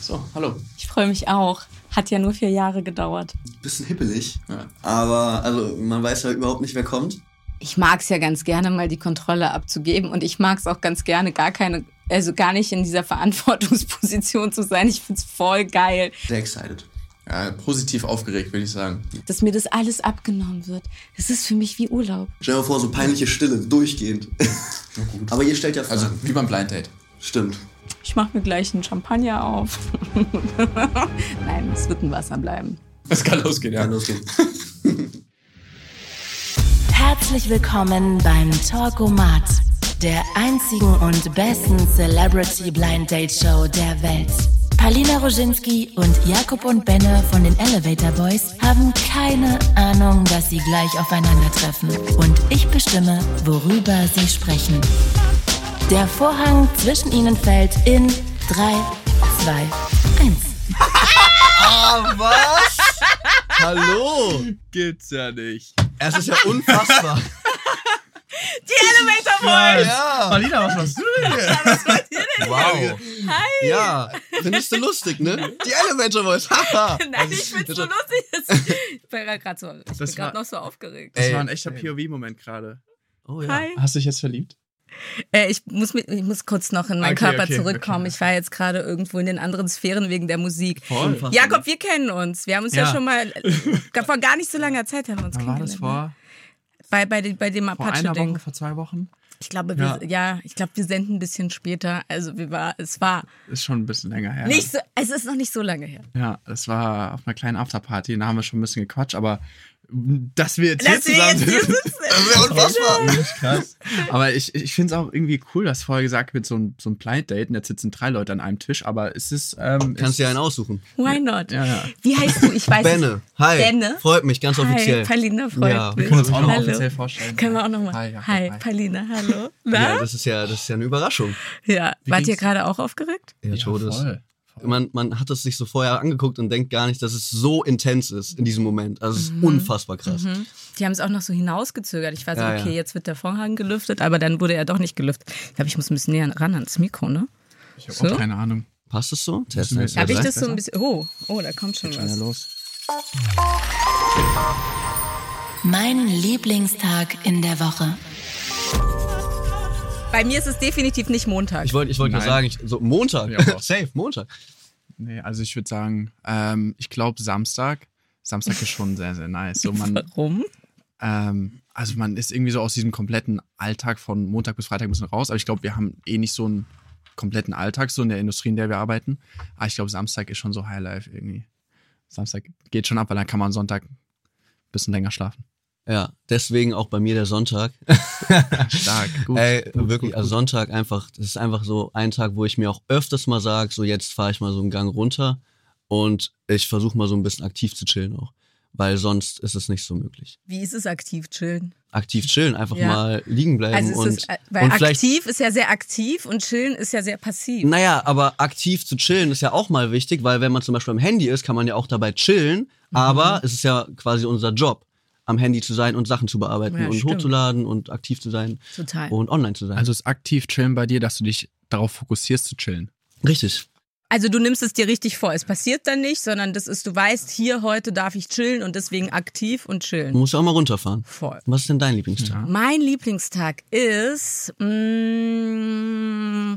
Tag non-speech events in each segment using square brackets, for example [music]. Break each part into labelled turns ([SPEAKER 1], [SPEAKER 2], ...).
[SPEAKER 1] So, hallo.
[SPEAKER 2] Ich freue mich auch. Hat ja nur vier Jahre gedauert.
[SPEAKER 1] Bisschen hippelig, aber also man weiß ja überhaupt nicht, wer kommt.
[SPEAKER 2] Ich mag es ja ganz gerne, mal die Kontrolle abzugeben und ich mag es auch ganz gerne, gar keine, also gar nicht in dieser [laughs] Verantwortungsposition zu sein. Ich find's voll geil,
[SPEAKER 1] Sehr excited. Ja, positiv aufgeregt, würde ich sagen.
[SPEAKER 2] dass mir das alles abgenommen wird. Das ist für mich wie Urlaub.
[SPEAKER 1] Stell dir vor, so peinliche Stille, durchgehend. Aber ihr stellt ja Fragen.
[SPEAKER 3] Also wie beim Blind Date.
[SPEAKER 1] Stimmt.
[SPEAKER 2] Ich mache mir gleich einen Champagner auf. [laughs] Nein, es wird ein Wasser bleiben.
[SPEAKER 3] Es kann losgehen, ja.
[SPEAKER 1] Kann losgehen.
[SPEAKER 4] Herzlich willkommen beim Talkomat, der einzigen und besten Celebrity Blind Date Show der Welt. Palina Roginski und Jakob und Benne von den Elevator Boys haben keine Ahnung, dass sie gleich aufeinandertreffen. Und ich bestimme, worüber sie sprechen. Der Vorhang zwischen ihnen fällt in 3, 2, 1.
[SPEAKER 5] Was? Hallo? Gibt's ja nicht. Es ist ja unfassbar.
[SPEAKER 2] Elevator
[SPEAKER 5] [laughs] ja.
[SPEAKER 6] Alina, was machst du denn hier?
[SPEAKER 5] Wow.
[SPEAKER 2] Hi!
[SPEAKER 5] Ja. Findest du lustig, ne? Die Elevator Boys. Haha.
[SPEAKER 2] Nein, ich find's so lustig. Ich bin gerade so, ich bin
[SPEAKER 6] Das war-
[SPEAKER 2] grad noch so aufgeregt.
[SPEAKER 6] Das
[SPEAKER 5] Ey.
[SPEAKER 6] war ein echter POV-Moment gerade.
[SPEAKER 5] Oh ja.
[SPEAKER 2] Hi.
[SPEAKER 3] Hast du dich jetzt verliebt?
[SPEAKER 2] Äh, ich, muss, mit- ich muss kurz noch in meinen
[SPEAKER 6] Okay,
[SPEAKER 2] Körper
[SPEAKER 6] okay,
[SPEAKER 2] zurückkommen. Ich war jetzt gerade irgendwo in den anderen Sphären wegen der Musik.
[SPEAKER 5] Unfassbar.
[SPEAKER 2] Jakob, wir kennen uns. Wir haben uns ja,
[SPEAKER 6] Ja.
[SPEAKER 2] schon mal, äh, vor gar nicht so langer Zeit haben wir uns
[SPEAKER 6] Wann war das
[SPEAKER 2] kennengelernt. ne?
[SPEAKER 6] vor,
[SPEAKER 2] Bei, bei, den- bei dem
[SPEAKER 6] vor einer Woche,
[SPEAKER 2] Apache-Ding.
[SPEAKER 6] vor zwei Wochen?
[SPEAKER 2] Ich glaube, wir, ja.
[SPEAKER 6] Ja.
[SPEAKER 2] ich glaube, wir senden ein bisschen später. Also wir war, es war
[SPEAKER 6] Ist schon ein bisschen länger her.
[SPEAKER 2] nicht so, es ist noch nicht so lange her.
[SPEAKER 6] Ja, das war auf einer kleinen Afterparty. Da haben wir schon ein bisschen gequatscht, aber dass wir jetzt
[SPEAKER 2] Dass
[SPEAKER 6] hier
[SPEAKER 2] wir
[SPEAKER 6] zusammen [laughs]
[SPEAKER 2] jetzt hier
[SPEAKER 6] sind.
[SPEAKER 2] sitzen.
[SPEAKER 6] Krass. Aber ich, ich finde es auch irgendwie cool, dass vorher gesagt wird, so ein, so ein Blind Date und jetzt sitzen drei Leute an einem Tisch, aber es ist. Ähm,
[SPEAKER 5] Kannst
[SPEAKER 6] es,
[SPEAKER 5] dir einen aussuchen.
[SPEAKER 2] Why not?
[SPEAKER 6] Ja, ja.
[SPEAKER 2] Wie heißt du? Ich weiß
[SPEAKER 5] Benne. Hi.
[SPEAKER 2] Also, Benne?
[SPEAKER 5] Freut mich, ganz
[SPEAKER 2] Hi,
[SPEAKER 5] offiziell.
[SPEAKER 2] Palina freut
[SPEAKER 5] Ja,
[SPEAKER 2] mich.
[SPEAKER 5] wir
[SPEAKER 6] können uns auch noch
[SPEAKER 2] Hallo.
[SPEAKER 6] offiziell vorstellen.
[SPEAKER 2] Können wir auch nochmal.
[SPEAKER 6] Hi,
[SPEAKER 2] Hi,
[SPEAKER 6] Jakob, hi.
[SPEAKER 2] Palina, hallo.
[SPEAKER 5] Ja,
[SPEAKER 2] Na?
[SPEAKER 5] das ist ja, das ist ja eine Überraschung.
[SPEAKER 2] Ja, wart ihr
[SPEAKER 6] ging's?
[SPEAKER 2] gerade auch aufgeregt?
[SPEAKER 5] Ja,
[SPEAKER 6] ja,
[SPEAKER 5] Todes.
[SPEAKER 6] voll.
[SPEAKER 5] Man, man hat es sich so vorher angeguckt und denkt gar nicht, dass es so intens ist in diesem Moment. Also es
[SPEAKER 2] Mhm.
[SPEAKER 5] ist unfassbar krass.
[SPEAKER 2] Die haben es auch noch so hinausgezögert. Ich war so,
[SPEAKER 5] Ja, ja.
[SPEAKER 2] okay, jetzt wird der Vorhang gelüftet, aber dann wurde er doch nicht gelüftet. Ich glaube, ich muss ein bisschen näher ran ans Mikro, ne?
[SPEAKER 6] Ich habe
[SPEAKER 2] So?
[SPEAKER 6] auch keine Ahnung.
[SPEAKER 5] Passt es so?
[SPEAKER 6] Müssen wir jetzt
[SPEAKER 2] Habe ich
[SPEAKER 6] vielleicht
[SPEAKER 2] das so
[SPEAKER 6] besser?
[SPEAKER 2] ein bisschen. Oh, oh, da kommt schon
[SPEAKER 6] Schon ja
[SPEAKER 2] was.
[SPEAKER 6] los.
[SPEAKER 4] Mein Lieblingstag in der Woche.
[SPEAKER 2] Bei mir ist es definitiv nicht Montag.
[SPEAKER 5] Ich wollte ich wollte nur
[SPEAKER 6] Nein.
[SPEAKER 5] sagen, ich, so Montag.
[SPEAKER 6] Ja, aber-
[SPEAKER 5] [laughs] Safe, Montag.
[SPEAKER 6] Nee, also ich würde sagen, ähm, ich glaube Samstag. Samstag ist schon sehr, sehr nice. So
[SPEAKER 2] [laughs]
[SPEAKER 6] man,
[SPEAKER 2] Warum?
[SPEAKER 6] Ähm, also man ist irgendwie so aus diesem kompletten Alltag von Montag bis Freitag ein bisschen raus. Aber ich glaube, wir haben eh nicht so einen kompletten Alltag so in der Industrie, in der wir arbeiten. Aber ich glaube, Samstag ist schon so Highlife irgendwie. Samstag geht schon ab, weil dann kann man Sonntag ein bisschen länger schlafen.
[SPEAKER 5] Ja, deswegen auch bei mir der [laughs] Sonntag.
[SPEAKER 6] Stark, gut.
[SPEAKER 5] Ey,
[SPEAKER 6] gut,
[SPEAKER 5] wirklich,
[SPEAKER 6] gut,
[SPEAKER 5] also
[SPEAKER 6] gut.
[SPEAKER 5] Sonntag einfach, das ist einfach so ein Tag, wo ich mir auch öfters mal sage, so jetzt fahre ich mal so einen Gang runter und ich versuche mal so ein bisschen aktiv zu chillen auch, weil sonst ist es nicht so möglich.
[SPEAKER 2] Wie ist es aktiv chillen?
[SPEAKER 5] Aktiv chillen, einfach
[SPEAKER 2] Ja.
[SPEAKER 5] mal liegen bleiben
[SPEAKER 2] Also
[SPEAKER 5] Ähm, und,
[SPEAKER 2] ist es, äh, weil
[SPEAKER 5] und vielleicht,
[SPEAKER 2] aktiv ist ja sehr aktiv und chillen ist ja sehr passiv.
[SPEAKER 5] naja, aber aktiv zu chillen ist ja auch mal wichtig, weil wenn man zum Beispiel am Handy ist, kann man ja auch dabei chillen,
[SPEAKER 2] Mhm.
[SPEAKER 5] aber es ist ja quasi unser Job, am Handy zu sein und Sachen zu bearbeiten
[SPEAKER 2] Ja,
[SPEAKER 5] und
[SPEAKER 2] stimmt.
[SPEAKER 5] hochzuladen und aktiv zu sein
[SPEAKER 2] Total.
[SPEAKER 5] und online zu sein.
[SPEAKER 6] also ist aktiv chillen bei dir, dass du dich darauf fokussierst zu chillen.
[SPEAKER 5] richtig.
[SPEAKER 2] Also du nimmst es dir richtig vor. Es passiert dann nicht, sondern das ist, du weißt, hier heute darf ich chillen und deswegen aktiv und
[SPEAKER 5] Man
[SPEAKER 2] chillen.
[SPEAKER 5] muss ja auch mal runterfahren.
[SPEAKER 2] Voll.
[SPEAKER 5] Was ist denn dein Lieblingstag?
[SPEAKER 2] Mein Lieblingstag ist. Mm,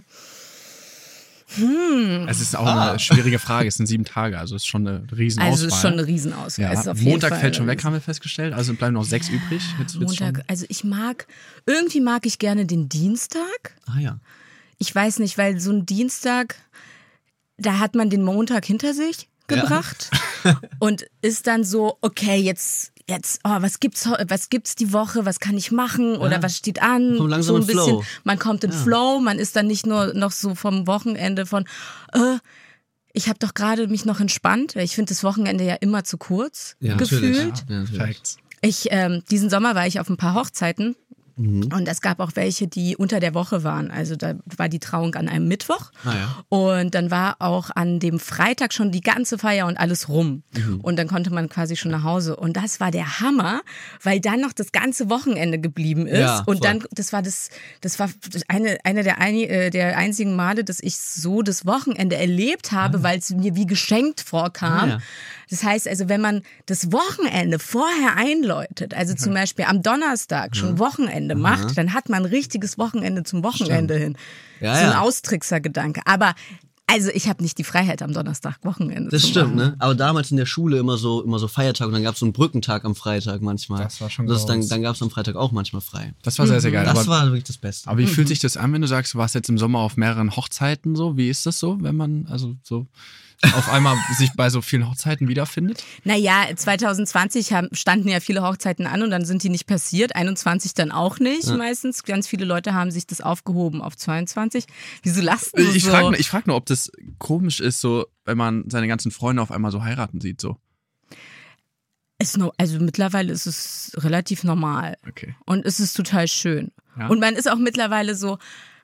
[SPEAKER 2] hm,
[SPEAKER 6] Es ist auch eine schwierige Frage. Es sind sieben Tage, also es ist schon eine Riesenauswahl.
[SPEAKER 2] also es ist schon eine Riesenausgabe.
[SPEAKER 6] ja,
[SPEAKER 2] Es ist auf jeden
[SPEAKER 6] Montag
[SPEAKER 2] Fall
[SPEAKER 6] fällt
[SPEAKER 2] eine
[SPEAKER 6] schon weg, haben wir festgestellt. Also bleiben noch sechs übrig. Jetzt wird's schon-
[SPEAKER 2] Montag, also ich mag, irgendwie mag ich gerne den Dienstag.
[SPEAKER 5] Ah ja.
[SPEAKER 2] Ich weiß nicht, weil so ein Dienstag, da hat man den Montag hinter sich
[SPEAKER 5] [laughs]
[SPEAKER 2] gebracht und ist dann so, okay, jetzt, jetzt, oh, was gibt's, heu- was gibt's die Woche, was kann ich machen oder was steht an?
[SPEAKER 5] Kommt langsam
[SPEAKER 2] so ein
[SPEAKER 5] in
[SPEAKER 2] bisschen,
[SPEAKER 5] Flow.
[SPEAKER 2] man kommt in Flow, man ist dann nicht nur noch so vom Wochenende von, äh, ich habe doch gerade mich noch entspannt. Ich finde das Wochenende ja immer zu kurz
[SPEAKER 5] Ja,
[SPEAKER 2] gefühlt.
[SPEAKER 5] natürlich. Ja, natürlich.
[SPEAKER 6] Facts.
[SPEAKER 2] Ich, ähm, diesen Sommer war ich auf ein paar Hochzeiten
[SPEAKER 5] Mhm.
[SPEAKER 2] Und es gab auch welche, die unter der Woche waren. Also da war die Trauung an einem Mittwoch.
[SPEAKER 5] Ah ja.
[SPEAKER 2] Und dann war auch an dem Freitag schon die ganze Feier und alles rum.
[SPEAKER 5] Mhm.
[SPEAKER 2] Und dann konnte man quasi schon nach Hause. Und das war der Hammer, weil dann noch das ganze Wochenende geblieben ist.
[SPEAKER 5] Ja,
[SPEAKER 2] und
[SPEAKER 5] voll.
[SPEAKER 2] dann, das war das, das war das eine, eine der, eini- äh, der einzigen Male, dass ich so das Wochenende erlebt habe, weil es mir wie geschenkt vorkam.
[SPEAKER 5] Ah, ja.
[SPEAKER 2] Das heißt also, wenn man das Wochenende vorher einläutet, also
[SPEAKER 5] Mhm.
[SPEAKER 2] zum Beispiel am Donnerstag schon Wochenende macht, dann hat man ein richtiges Wochenende zum Wochenende hin.
[SPEAKER 5] Ja,
[SPEAKER 2] so ein
[SPEAKER 5] ja.
[SPEAKER 2] Austrickser-Gedanke. Aber also ich habe nicht die Freiheit am Donnerstag Wochenende.
[SPEAKER 5] Das
[SPEAKER 2] zu
[SPEAKER 5] stimmt,
[SPEAKER 2] machen.
[SPEAKER 5] ne? Aber damals in der Schule immer so, immer so Feiertag und dann gab es so einen Brückentag am Freitag manchmal.
[SPEAKER 3] Das war schon
[SPEAKER 5] das ist dann,
[SPEAKER 3] groß.
[SPEAKER 5] dann gab es am Freitag auch manchmal frei.
[SPEAKER 3] Das war sehr, sehr geil.
[SPEAKER 5] Das
[SPEAKER 3] aber,
[SPEAKER 5] war wirklich das Beste.
[SPEAKER 2] mm.
[SPEAKER 3] aber wie fühlt sich das an, wenn du sagst, du warst jetzt im Sommer auf mehreren Hochzeiten so? Wie ist das so, wenn man also so auf
[SPEAKER 2] [laughs]
[SPEAKER 3] einmal sich bei so vielen Hochzeiten wiederfindet?
[SPEAKER 2] Naja, 2020 haben, standen ja viele Hochzeiten an und dann sind die nicht passiert. 21 dann auch nicht meistens. Ganz viele Leute haben sich das aufgehoben auf 22. Wieso lasten
[SPEAKER 3] Äh, Ich
[SPEAKER 2] so?
[SPEAKER 3] frage nur, ich frag nur, ob das komisch ist, so wenn man seine ganzen Freunde auf einmal so heiraten sieht. So.
[SPEAKER 2] Ist no, also mittlerweile ist es relativ normal.
[SPEAKER 3] Okay.
[SPEAKER 2] Und es ist total schön.
[SPEAKER 3] Ja.
[SPEAKER 2] Und man ist auch mittlerweile so,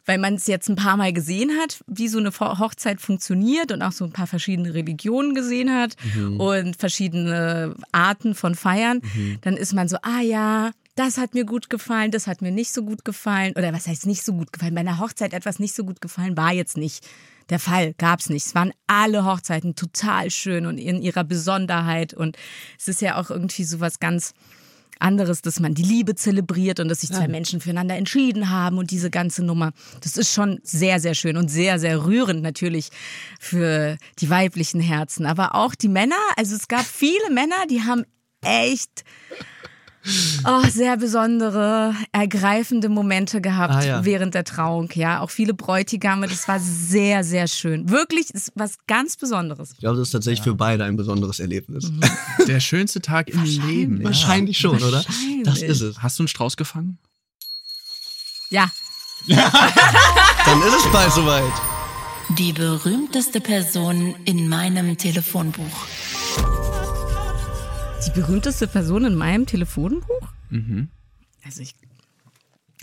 [SPEAKER 2] weil man es jetzt ein paar Mal gesehen hat, wie so eine Vor- Hochzeit funktioniert und auch so ein paar verschiedene Religionen gesehen hat
[SPEAKER 3] Mhm.
[SPEAKER 2] und verschiedene Arten von Feiern, dann ist man so, ah ja, das hat mir gut gefallen, das hat mir nicht so gut gefallen. Oder was heißt nicht so gut gefallen? Bei einer Hochzeit etwas nicht so gut gefallen war jetzt nicht der Fall, gab es nicht. Es waren alle Hochzeiten total schön und in ihrer Besonderheit. Und es ist ja auch irgendwie so was ganz anderes, dass man die Liebe zelebriert und dass sich zwei Menschen füreinander entschieden haben und diese ganze Nummer. Das ist schon sehr, sehr schön und sehr, sehr rührend natürlich für die weiblichen Herzen. Aber auch die Männer, also es gab viele Männer, die haben echt oh, sehr besondere, ergreifende Momente gehabt
[SPEAKER 5] Ah, ja.
[SPEAKER 2] während der Trauung. Ja, auch viele Bräutigame, das war sehr, sehr schön. Wirklich, es ist was ganz Besonderes.
[SPEAKER 5] Ich glaube, das ist tatsächlich für beide ein besonderes Erlebnis.
[SPEAKER 2] Mhm.
[SPEAKER 3] Der schönste Tag im Leben.
[SPEAKER 5] [laughs]
[SPEAKER 3] Ja.
[SPEAKER 5] Wahrscheinlich schon, oder?
[SPEAKER 2] Wahrscheinlich.
[SPEAKER 5] Das ist es.
[SPEAKER 3] Hast du einen Strauß gefangen?
[SPEAKER 2] Ja,
[SPEAKER 5] Dann ist es bald soweit.
[SPEAKER 4] Die berühmteste Person in meinem Telefonbuch.
[SPEAKER 2] Die berühmteste Person in meinem Telefonbuch?
[SPEAKER 3] Mhm.
[SPEAKER 2] Also ich.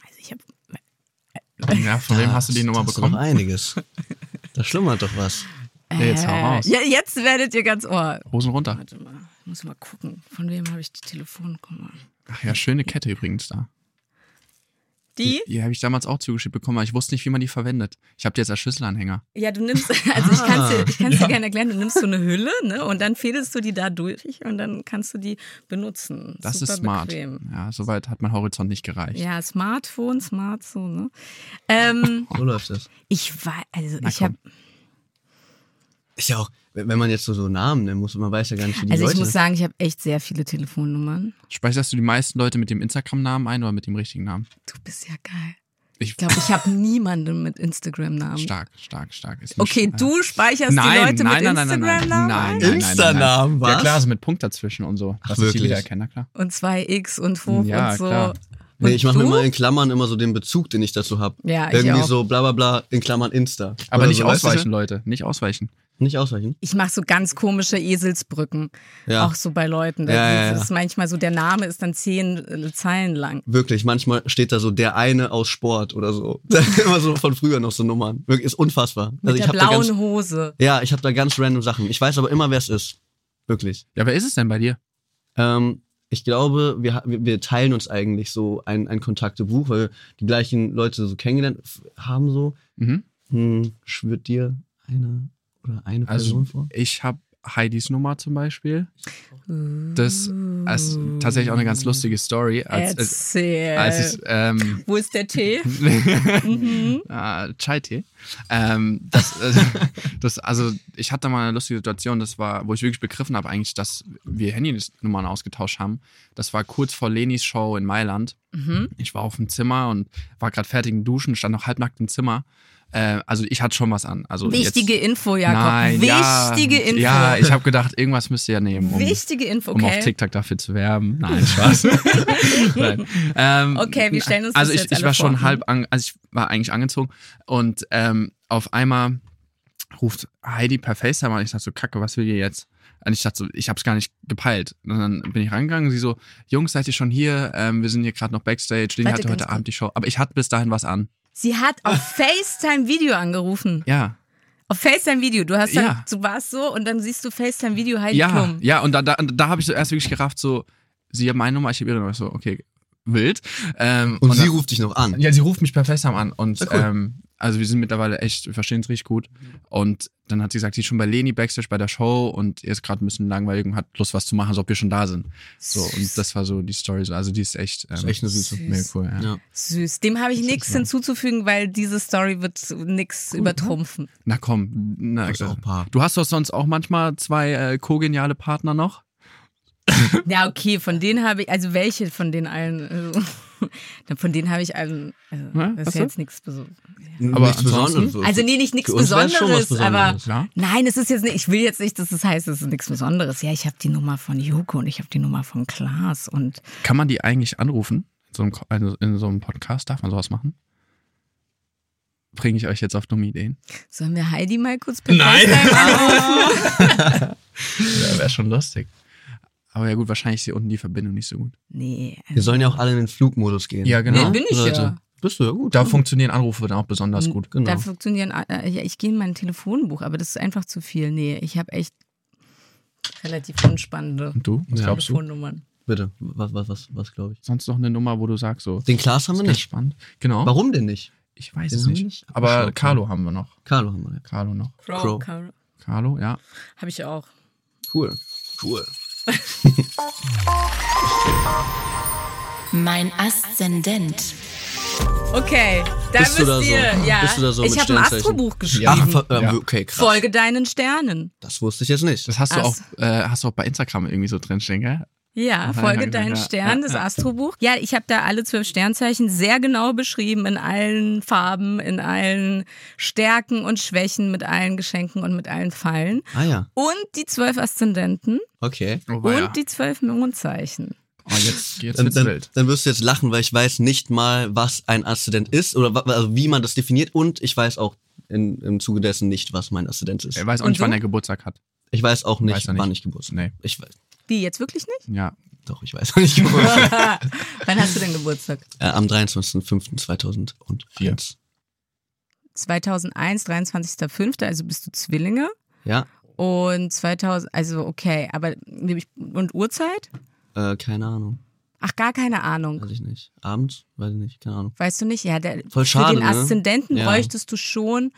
[SPEAKER 2] Also ich habe.
[SPEAKER 3] Ja, von wem hast du die Nummer
[SPEAKER 5] das Ist
[SPEAKER 3] bekommen?
[SPEAKER 5] noch
[SPEAKER 3] [laughs]
[SPEAKER 5] einiges. Da schlummert doch was.
[SPEAKER 3] Ja, jetzt hau raus.
[SPEAKER 2] äh, Ja, jetzt werdet ihr ganz ohr.
[SPEAKER 3] Hosen runter.
[SPEAKER 2] Warte mal, ich muss mal gucken, von wem habe ich die Telefonnummer?
[SPEAKER 3] Ach ja, schöne Kette übrigens da.
[SPEAKER 2] Die?
[SPEAKER 3] Die habe ich damals auch zugeschickt bekommen, aber ich wusste nicht, wie man die verwendet. Ich habe die jetzt als Schlüsselanhänger.
[SPEAKER 2] Ja, du nimmst, [laughs] also ich kann es dir, ich
[SPEAKER 3] Ah. [laughs]
[SPEAKER 2] kann's dir gerne erklären, du nimmst so eine Hülle, ne? Und dann fädelst du die da durch und dann kannst du die benutzen.
[SPEAKER 3] Das
[SPEAKER 2] Super
[SPEAKER 3] ist smart.
[SPEAKER 2] Bequem.
[SPEAKER 3] Ja, soweit hat mein Horizont nicht gereicht.
[SPEAKER 2] Ja, Smartphone, Smart so, ne? Ähm,
[SPEAKER 3] [laughs]
[SPEAKER 5] So läuft das.
[SPEAKER 2] ich war, also
[SPEAKER 3] Na
[SPEAKER 2] ich habe
[SPEAKER 3] komm.
[SPEAKER 5] Ist ja auch, wenn wenn man jetzt so, so Namen nennen muss, man weiß ja gar nicht, wie die
[SPEAKER 2] also ich
[SPEAKER 5] Leute
[SPEAKER 2] muss sagen, ich habe echt sehr viele Telefonnummern.
[SPEAKER 3] Speicherst du die meisten Leute mit dem Instagram-Namen ein oder mit dem richtigen Namen?
[SPEAKER 2] Du bist ja geil.
[SPEAKER 3] Ich
[SPEAKER 2] Ich glaube, ich habe niemanden mit Instagram-Namen.
[SPEAKER 3] Stark, stark, stark. Ist nicht-
[SPEAKER 2] Okay, du speicherst
[SPEAKER 3] nein,
[SPEAKER 2] die Leute
[SPEAKER 3] nein,
[SPEAKER 2] mit
[SPEAKER 3] nein, nein, nein, nein,
[SPEAKER 2] Instagram-Namen
[SPEAKER 3] nein,
[SPEAKER 2] ein?
[SPEAKER 3] nein, nein,
[SPEAKER 5] Insta-Namen,
[SPEAKER 3] nein, nein. Ja
[SPEAKER 5] was?
[SPEAKER 3] klar, so mit Punkt dazwischen und so. Dass ich die
[SPEAKER 5] wirklich?
[SPEAKER 3] wiedererkenne, na klar.
[SPEAKER 2] Und 2x und 5
[SPEAKER 3] Ja,
[SPEAKER 2] und so.
[SPEAKER 3] klar.
[SPEAKER 5] Nee, ich mache mir
[SPEAKER 2] du?
[SPEAKER 5] immer in Klammern immer so den Bezug, den ich dazu habe.
[SPEAKER 2] Ja, ich
[SPEAKER 5] Irgendwie
[SPEAKER 2] auch.
[SPEAKER 5] so bla bla bla in Klammern Insta.
[SPEAKER 3] Aber
[SPEAKER 5] Oder
[SPEAKER 3] nicht
[SPEAKER 5] so, weißt du?
[SPEAKER 3] ausweichen, Leute. Nicht ausweichen.
[SPEAKER 5] Nicht ausweichen.
[SPEAKER 2] Ich mache so ganz komische Eselsbrücken.
[SPEAKER 5] Ja.
[SPEAKER 2] Auch so bei Leuten.
[SPEAKER 5] Ja, ja, ja.
[SPEAKER 2] Das ist manchmal so, der Name ist dann zehn äh, Zeilen lang.
[SPEAKER 5] Wirklich, manchmal steht da so der eine aus Sport oder so. [laughs] immer so von früher noch so Nummern. Wirklich, ist unfassbar. Also
[SPEAKER 2] mit
[SPEAKER 5] ich
[SPEAKER 2] der
[SPEAKER 5] hab da
[SPEAKER 2] blauen
[SPEAKER 5] ganz,
[SPEAKER 2] Hose.
[SPEAKER 5] ja, ich habe da ganz random Sachen. Ich weiß aber immer, wer es ist. Wirklich.
[SPEAKER 3] Ja, wer ist es denn bei dir?
[SPEAKER 5] Ähm, ich glaube, wir, ha- wir wir teilen uns eigentlich so ein, ein Kontaktebuch, weil wir die gleichen Leute so kennengelernt f- haben so.
[SPEAKER 3] Mhm.
[SPEAKER 5] Hm, schwört dir eine oder eine
[SPEAKER 3] Also,
[SPEAKER 5] Person vor?
[SPEAKER 3] ich habe Heidis Nummer zum Beispiel. Das ist tatsächlich auch eine ganz lustige Story. Als, als,
[SPEAKER 2] Erzähl.
[SPEAKER 3] als ich,
[SPEAKER 2] Äh. [laughs]
[SPEAKER 3] ähm,
[SPEAKER 2] Wo ist der Tee?
[SPEAKER 3] äh, Chai-Tee. Ähm, das, äh, [laughs] das, also ich hatte mal eine lustige Situation, das war, wo ich wirklich begriffen habe eigentlich, dass wir Handynummern ausgetauscht haben. Das war kurz vor Lenis Show in Mailand.
[SPEAKER 2] Mhm.
[SPEAKER 3] Ich war auf dem Zimmer und war gerade fertig im Duschen, stand noch halbnackt im Zimmer. Äh, also ich hatte schon was an. Also
[SPEAKER 2] Wichtige
[SPEAKER 3] [laughs] jetzt,
[SPEAKER 2] Info, Jakob.
[SPEAKER 3] Nein,
[SPEAKER 2] Wichtige
[SPEAKER 3] ja,
[SPEAKER 2] Info.
[SPEAKER 3] Ja, ich habe gedacht, irgendwas müsst ihr ja nehmen, um,
[SPEAKER 2] Wichtige Info,
[SPEAKER 3] um auf
[SPEAKER 2] okay.
[SPEAKER 3] TikTok dafür zu werben.
[SPEAKER 2] [laughs]
[SPEAKER 3] Nein, Spaß. [laughs] Nein. Ähm,
[SPEAKER 2] Okay, wir stellen uns
[SPEAKER 3] also
[SPEAKER 2] das
[SPEAKER 3] ich,
[SPEAKER 2] jetzt
[SPEAKER 3] ich
[SPEAKER 2] alle
[SPEAKER 3] war
[SPEAKER 2] vor.
[SPEAKER 3] schon halb, an, also ich war eigentlich angezogen und ähm, auf einmal ruft Heidi per FaceTime an. Ich sag so, Kacke, was will ihr jetzt? Und ich dachte so, ich hab's gar nicht gepeilt. Und dann bin ich rangegangen, sie so, Jungs, seid ihr schon hier? Ähm, wir sind hier gerade noch Backstage. Leni
[SPEAKER 2] Warte,
[SPEAKER 3] hatte
[SPEAKER 2] ganz
[SPEAKER 3] heute
[SPEAKER 2] kurz.
[SPEAKER 3] Abend die Show. Aber ich hatte bis dahin was an.
[SPEAKER 2] Sie hat auf FaceTime Video angerufen.
[SPEAKER 3] Ja.
[SPEAKER 2] Auf FaceTime Video. Du hast dann,
[SPEAKER 3] Ja.
[SPEAKER 2] du warst so und dann siehst du halt FaceTime Video Heidi
[SPEAKER 3] ja,
[SPEAKER 2] Klum.
[SPEAKER 3] ja, und da, da, da habe ich so erst wirklich gerafft, so, sie haben meine Nummer, ich habe ihre Nummer. Ich so, okay, wild. Ähm,
[SPEAKER 5] Und, sie
[SPEAKER 3] dann-
[SPEAKER 5] ruft dich noch an.
[SPEAKER 3] Ja, sie ruft mich per FaceTime an und
[SPEAKER 5] Ja, cool.
[SPEAKER 3] ähm, also wir sind mittlerweile echt, wir verstehen uns richtig gut. Und dann hat sie gesagt, sie ist schon bei Leni Backstage bei der Show und ihr ist gerade ein bisschen langweilig und hat Lust, was zu machen, als ob wir schon da sind. So, und das war so die Story. so. Also die ist echt, ähm,
[SPEAKER 5] ist echt eine Süße.
[SPEAKER 3] mega cool. Ja.
[SPEAKER 5] Ja.
[SPEAKER 2] Süß. Dem habe ich nichts hinzuzufügen, weil diese Story wird nichts übertrumpfen.
[SPEAKER 3] Na komm, na,
[SPEAKER 5] Ist auch ein paar.
[SPEAKER 3] du hast doch sonst auch manchmal zwei äh, kogeniale Partner noch.
[SPEAKER 2] Ja, okay, von denen habe ich, also welche von den allen? Also, [laughs] von denen habe ich allen, also,
[SPEAKER 3] Ja,
[SPEAKER 2] das
[SPEAKER 3] hast
[SPEAKER 2] ist
[SPEAKER 3] du?
[SPEAKER 2] jetzt nichts Besonderes.
[SPEAKER 3] Aber
[SPEAKER 5] nichts
[SPEAKER 3] ansonsten-
[SPEAKER 5] Besonderes.
[SPEAKER 2] Also nee, nicht nichts
[SPEAKER 5] Für uns wär's
[SPEAKER 2] Besonderes,
[SPEAKER 5] schon was Besonderes.
[SPEAKER 2] aber
[SPEAKER 3] Ja.
[SPEAKER 2] nein, es ist jetzt nicht, ich will jetzt nicht, dass es heißt, es ist nichts Besonderes. Ja, ich habe die Nummer von Joko und ich habe die Nummer von Klaas und
[SPEAKER 3] Kann man die eigentlich anrufen? In so einem, Ko- also in so einem Podcast darf man sowas machen? Bringe ich euch jetzt auf dumme Ideen?
[SPEAKER 2] sollen wir Heidi mal kurz per FaceTime anrufen?
[SPEAKER 3] Ja, wäre schon lustig. Aber ja gut, wahrscheinlich ist hier unten die Verbindung nicht so gut.
[SPEAKER 2] Nee.
[SPEAKER 5] Wir sollen ja auch alle in den Flugmodus gehen.
[SPEAKER 3] Ja, genau. Nee,
[SPEAKER 2] bin ich ja.
[SPEAKER 5] Bist du ja gut.
[SPEAKER 3] Da funktionieren Anrufe dann auch besonders gut.
[SPEAKER 5] genau.
[SPEAKER 2] ähm, Da funktionieren, äh, ja, ich gehe in mein Telefonbuch, aber das ist einfach zu viel. Nee, ich habe echt relativ unspannende
[SPEAKER 3] Und du? Was
[SPEAKER 5] Ja.
[SPEAKER 3] glaubst du?
[SPEAKER 2] Telefonnummern.
[SPEAKER 5] Bitte. Was, was, was, was glaube ich?
[SPEAKER 3] Sonst noch eine Nummer, wo du sagst so.
[SPEAKER 5] Den Klaas haben wir
[SPEAKER 3] ist ganz
[SPEAKER 5] nicht.
[SPEAKER 3] Spannend. Genau.
[SPEAKER 5] Warum denn nicht?
[SPEAKER 3] Ich weiß
[SPEAKER 5] Den
[SPEAKER 3] es
[SPEAKER 5] haben wir
[SPEAKER 3] nicht.
[SPEAKER 5] nicht?
[SPEAKER 3] Aber
[SPEAKER 5] Schau,
[SPEAKER 3] Carlo haben wir noch.
[SPEAKER 5] Carlo haben wir. ja.
[SPEAKER 3] Carlo noch.
[SPEAKER 5] Crow.
[SPEAKER 2] Habe
[SPEAKER 3] Carlo, ja.
[SPEAKER 2] ich auch.
[SPEAKER 5] Cool. Cool.
[SPEAKER 4] Mein Aszendent.
[SPEAKER 2] Okay, da
[SPEAKER 5] Bist
[SPEAKER 2] bist,
[SPEAKER 5] du da so?
[SPEAKER 2] ihr. Ja.
[SPEAKER 5] Bist du da so
[SPEAKER 2] ich
[SPEAKER 5] mit
[SPEAKER 2] habe ein
[SPEAKER 5] Sternzeichen?
[SPEAKER 2] Astrobuch geschrieben.
[SPEAKER 5] Ach, ver- äh,
[SPEAKER 3] Ja.
[SPEAKER 5] okay, krass.
[SPEAKER 2] Folge deinen Sternen.
[SPEAKER 5] Das wusste ich jetzt nicht.
[SPEAKER 3] Das hast du,
[SPEAKER 2] Ach.
[SPEAKER 3] auch, äh, hast du auch bei Instagram irgendwie so drinstehen, gell?
[SPEAKER 2] Ja,
[SPEAKER 3] Aha,
[SPEAKER 2] Folge
[SPEAKER 3] ja, genau, ja,
[SPEAKER 2] Deinen
[SPEAKER 3] ja,
[SPEAKER 2] Stern,
[SPEAKER 3] ja,
[SPEAKER 2] das
[SPEAKER 3] ja.
[SPEAKER 2] Astrobuch. Ja, ich habe da alle zwölf Sternzeichen sehr genau beschrieben, in allen Farben, in allen Stärken und Schwächen, mit allen Geschenken und mit allen Fallen.
[SPEAKER 5] Ah ja,
[SPEAKER 2] Und die zwölf Aszendenten
[SPEAKER 5] okay.
[SPEAKER 3] Oh,
[SPEAKER 2] und
[SPEAKER 3] weia.
[SPEAKER 2] die zwölf Mondzeichen.
[SPEAKER 3] oh, jetzt, jetzt
[SPEAKER 5] Dann,
[SPEAKER 3] wird's
[SPEAKER 5] dann,
[SPEAKER 3] wild.
[SPEAKER 5] dann wirst du jetzt lachen, weil ich weiß nicht mal, was ein Aszendent ist oder wa- also wie man das definiert und ich weiß auch in, im Zuge dessen nicht, was mein Aszendent ist.
[SPEAKER 3] Er weiß auch
[SPEAKER 2] Und
[SPEAKER 3] nicht, wann
[SPEAKER 2] du?
[SPEAKER 3] er Geburtstag hat.
[SPEAKER 5] Ich weiß auch nicht,
[SPEAKER 3] Weiß er nicht.
[SPEAKER 5] wann ich Geburtstag
[SPEAKER 3] Nee.
[SPEAKER 5] Ich weiß,
[SPEAKER 2] Wie, jetzt wirklich nicht?
[SPEAKER 3] [laughs]
[SPEAKER 2] [laughs]
[SPEAKER 3] Ja.
[SPEAKER 5] doch, ich weiß, wann ich
[SPEAKER 3] [laughs]
[SPEAKER 5] Geburtstag
[SPEAKER 2] Wann hast du denn Geburtstag?
[SPEAKER 5] äh, Am 23.05.2001.
[SPEAKER 2] 2001, 23.05., also bist du Zwillinge.
[SPEAKER 5] Ja,
[SPEAKER 2] Und 2000, also okay, aber und Uhrzeit?
[SPEAKER 5] äh, keine Ahnung.
[SPEAKER 2] Ach, gar keine Ahnung.
[SPEAKER 5] Weiß ich nicht. Abends? Weiß ich nicht, keine Ahnung.
[SPEAKER 2] Weißt du nicht? Ja, der,
[SPEAKER 5] Voll schade,
[SPEAKER 2] für den
[SPEAKER 5] ne?
[SPEAKER 2] Aszendenten
[SPEAKER 5] Ja.
[SPEAKER 2] bräuchtest du schon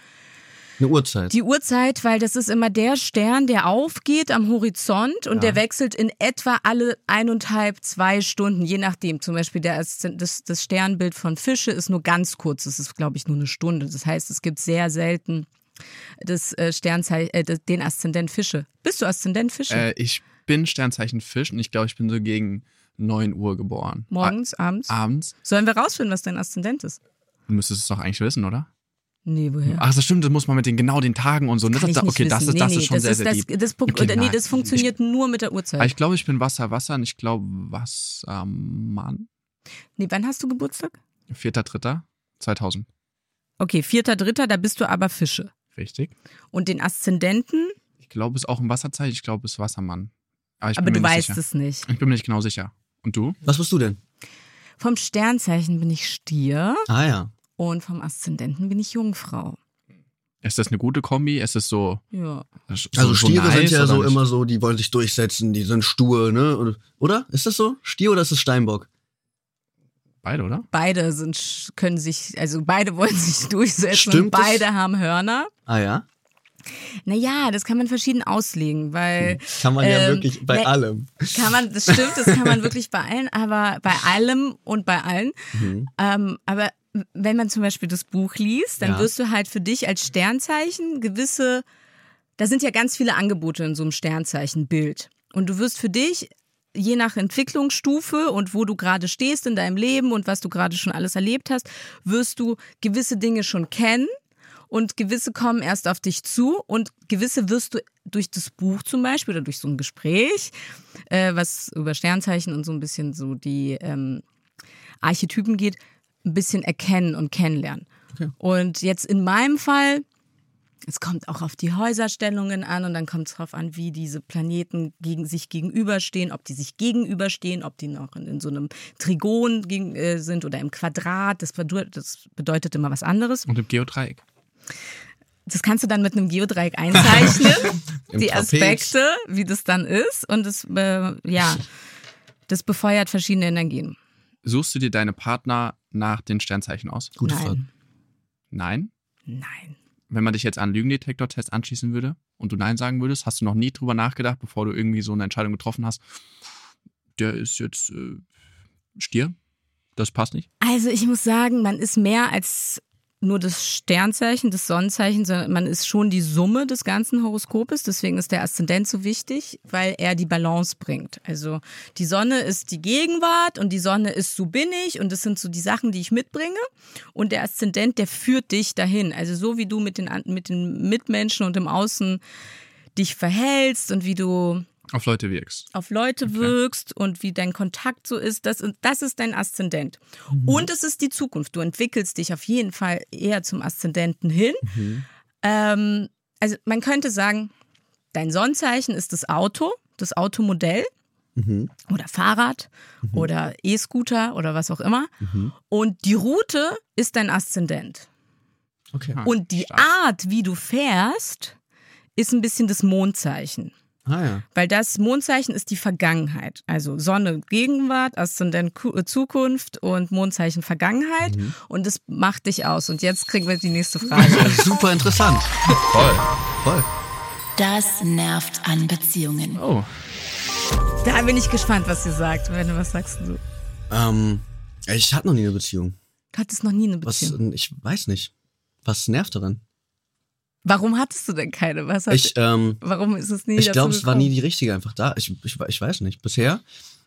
[SPEAKER 5] Eine Uhrzeit.
[SPEAKER 2] die Uhrzeit, weil das ist immer der Stern, der aufgeht am Horizont und der wechselt in etwa alle eineinhalb, zwei Stunden, je nachdem. Zum Beispiel der, Aszend- das, das Sternbild von Fische ist nur ganz kurz, es ist, glaube ich, nur eine Stunde. Das heißt, es gibt sehr selten das äh, Sternzeichen, äh, das- den Aszendent Fische. Bist du Aszendent Fische?
[SPEAKER 3] Äh, ich bin Sternzeichen Fisch und ich glaube, ich bin so gegen 9 Uhr geboren.
[SPEAKER 2] Morgens, abends?
[SPEAKER 3] A abends.
[SPEAKER 2] Sollen wir rausfinden, was dein Aszendent ist?
[SPEAKER 3] Du müsstest es doch eigentlich wissen, oder?
[SPEAKER 2] Nee, woher?
[SPEAKER 3] Ach, das stimmt, das muss man mit den genau den Tagen und so. Ah, Das,
[SPEAKER 2] Kann ich
[SPEAKER 3] das,
[SPEAKER 2] nicht
[SPEAKER 3] okay, das
[SPEAKER 2] wissen.
[SPEAKER 3] ist,
[SPEAKER 2] nee,
[SPEAKER 3] das
[SPEAKER 2] nee,
[SPEAKER 3] ist schon
[SPEAKER 2] das
[SPEAKER 3] sehr,
[SPEAKER 2] ist,
[SPEAKER 3] sehr
[SPEAKER 2] das,
[SPEAKER 3] deep.
[SPEAKER 2] Das, Punkt,
[SPEAKER 3] Okay,
[SPEAKER 2] oder, nee,
[SPEAKER 3] nein.
[SPEAKER 2] das funktioniert nur mit der
[SPEAKER 3] Aber
[SPEAKER 2] Uhrzeit.
[SPEAKER 3] ich glaube, ich bin Wasser, Wasser und ich glaube Wassermann.
[SPEAKER 2] Nee, wann hast du Geburtstag?
[SPEAKER 3] Vierter, dritter, 2000.
[SPEAKER 2] Okay, vierter, dritter, da bist du aber Fische.
[SPEAKER 3] Richtig.
[SPEAKER 2] Und den Aszendenten,
[SPEAKER 3] Ich glaube, es ist auch ein Wasserzeichen. Ich glaube, es ist Wassermann. Aber, ich
[SPEAKER 2] aber
[SPEAKER 3] bin
[SPEAKER 2] du
[SPEAKER 3] mir nicht
[SPEAKER 2] weißt
[SPEAKER 3] sicher.
[SPEAKER 2] es nicht.
[SPEAKER 3] Ich bin mir nicht genau sicher. Und du?
[SPEAKER 5] Was bist du denn?
[SPEAKER 2] Vom Sternzeichen bin ich Stier
[SPEAKER 5] Ah ja.
[SPEAKER 2] und vom Aszendenten bin ich Jungfrau.
[SPEAKER 3] Ist das eine gute Kombi? Ist es so.
[SPEAKER 2] Ja.
[SPEAKER 3] so
[SPEAKER 5] Also
[SPEAKER 3] so
[SPEAKER 5] Stiere
[SPEAKER 3] nice,
[SPEAKER 5] sind ja
[SPEAKER 3] oder
[SPEAKER 5] so
[SPEAKER 3] nicht?
[SPEAKER 5] immer so, die wollen sich durchsetzen, die sind stur, ne? Oder- Oder? Ist das so? Stier oder ist es Steinbock?
[SPEAKER 3] Beide, oder?
[SPEAKER 2] Beide sind, sch- können sich, also beide [laughs] wollen sich durchsetzen und
[SPEAKER 5] Stimmt das?
[SPEAKER 2] beide haben Hörner.
[SPEAKER 5] Ah ja.
[SPEAKER 2] Naja, das kann man verschieden auslegen, weil
[SPEAKER 5] Kann man ja
[SPEAKER 2] Ähm,
[SPEAKER 5] wirklich bei
[SPEAKER 2] ne-
[SPEAKER 5] allem.
[SPEAKER 3] Hm.
[SPEAKER 2] Kann man, das stimmt, das kann man wirklich bei allen, aber bei allem und bei allen.
[SPEAKER 3] Mhm.
[SPEAKER 2] Ähm, aber wenn man zum Beispiel das Buch liest, dann
[SPEAKER 5] Ja.
[SPEAKER 2] wirst du halt für dich als Sternzeichen gewisse, da sind ja ganz viele Angebote in so einem Sternzeichenbild. Und du wirst für dich, je nach Entwicklungsstufe und wo du gerade stehst in deinem Leben und was du gerade schon alles erlebt hast, wirst du gewisse Dinge schon kennen und gewisse kommen erst auf dich zu und gewisse wirst du durch das Buch zum Beispiel oder durch so ein Gespräch, äh, was über Sternzeichen und so ein bisschen so die ähm, Archetypen geht, ein bisschen erkennen und kennenlernen. Und jetzt in meinem Fall Es kommt auch auf die Häuserstellungen an und dann kommt es darauf an, wie diese Planeten gegen sich gegenüberstehen, ob die sich gegenüberstehen, ob die noch in, in so einem Trigon gegen, äh, sind oder im Quadrat. Das, bedu- das bedeutet immer was anderes.
[SPEAKER 3] Und im Geodreieck.
[SPEAKER 2] Das kannst du dann mit einem Geodreieck einzeichnen,
[SPEAKER 5] [laughs] Im
[SPEAKER 2] die
[SPEAKER 5] Trapez.
[SPEAKER 2] Aspekte, wie das dann ist. Und das, äh, ja, das befeuert verschiedene Energien.
[SPEAKER 3] Suchst du dir deine Partner nach den Sternzeichen aus?
[SPEAKER 5] Gute
[SPEAKER 2] Nein.
[SPEAKER 5] Frage.
[SPEAKER 3] Nein.
[SPEAKER 2] Nein.
[SPEAKER 3] Wenn man dich jetzt an Lügendetektor-Test anschließen würde und du Nein sagen würdest, hast du noch nie drüber nachgedacht, bevor du irgendwie so eine Entscheidung getroffen hast. Der ist jetzt äh, Stier. Das passt nicht.
[SPEAKER 2] Also ich muss sagen, man ist mehr als nur das Sternzeichen, das Sonnenzeichen, sondern man ist schon die Summe des ganzen Horoskopes. Deswegen ist der Aszendent so wichtig, weil er die Balance bringt. Also die Sonne ist die Gegenwart und die Sonne ist so bin ich und das sind so die Sachen, die ich mitbringe. Und der Aszendent, der führt dich dahin. Also so wie du mit den, an- mit den Mitmenschen und im Außen dich verhältst und wie du
[SPEAKER 3] Auf Leute wirkst.
[SPEAKER 2] auf Leute wirkst und wie dein Kontakt so ist, das, das ist dein Aszendent. Und es ist die Zukunft. Du entwickelst dich auf jeden Fall eher zum Aszendenten hin. Ähm, also man könnte sagen, dein Sonnenzeichen ist das Auto, das Automodell oder Fahrrad oder E-Scooter oder was auch immer. Und die Route ist dein Aszendent.
[SPEAKER 5] Okay.
[SPEAKER 3] Ah,
[SPEAKER 2] Und die
[SPEAKER 3] stark.
[SPEAKER 2] Art, wie du fährst, ist ein bisschen das Mondzeichen. [laughs]
[SPEAKER 5] Ah ja.
[SPEAKER 2] Weil das Mondzeichen ist die Vergangenheit. Also Sonne Gegenwart, Aszendent Ku- äh, Zukunft und Mondzeichen Vergangenheit.
[SPEAKER 5] Mhm.
[SPEAKER 2] Und das macht dich aus. Und jetzt kriegen wir die nächste
[SPEAKER 5] [laughs]
[SPEAKER 2] Frage.
[SPEAKER 5] Super interessant. Voll. Voll.
[SPEAKER 4] Das nervt an Beziehungen.
[SPEAKER 3] Oh.
[SPEAKER 2] da bin ich gespannt, was ihr sagt. Wenn du was sagst, du
[SPEAKER 5] Ähm, ich hatte noch nie eine Beziehung.
[SPEAKER 2] hattest noch nie eine
[SPEAKER 5] Was,
[SPEAKER 2] Beziehung.
[SPEAKER 5] ich weiß nicht. Was nervt daran?
[SPEAKER 2] Warum hattest du denn keine? Was hat,
[SPEAKER 5] äh, Ich, ähm,
[SPEAKER 2] warum ist es nie
[SPEAKER 5] ich
[SPEAKER 2] dazu
[SPEAKER 5] glaube, es war nie
[SPEAKER 2] gekommen?
[SPEAKER 5] die richtige einfach da. Ich, ich, ich weiß nicht, bisher.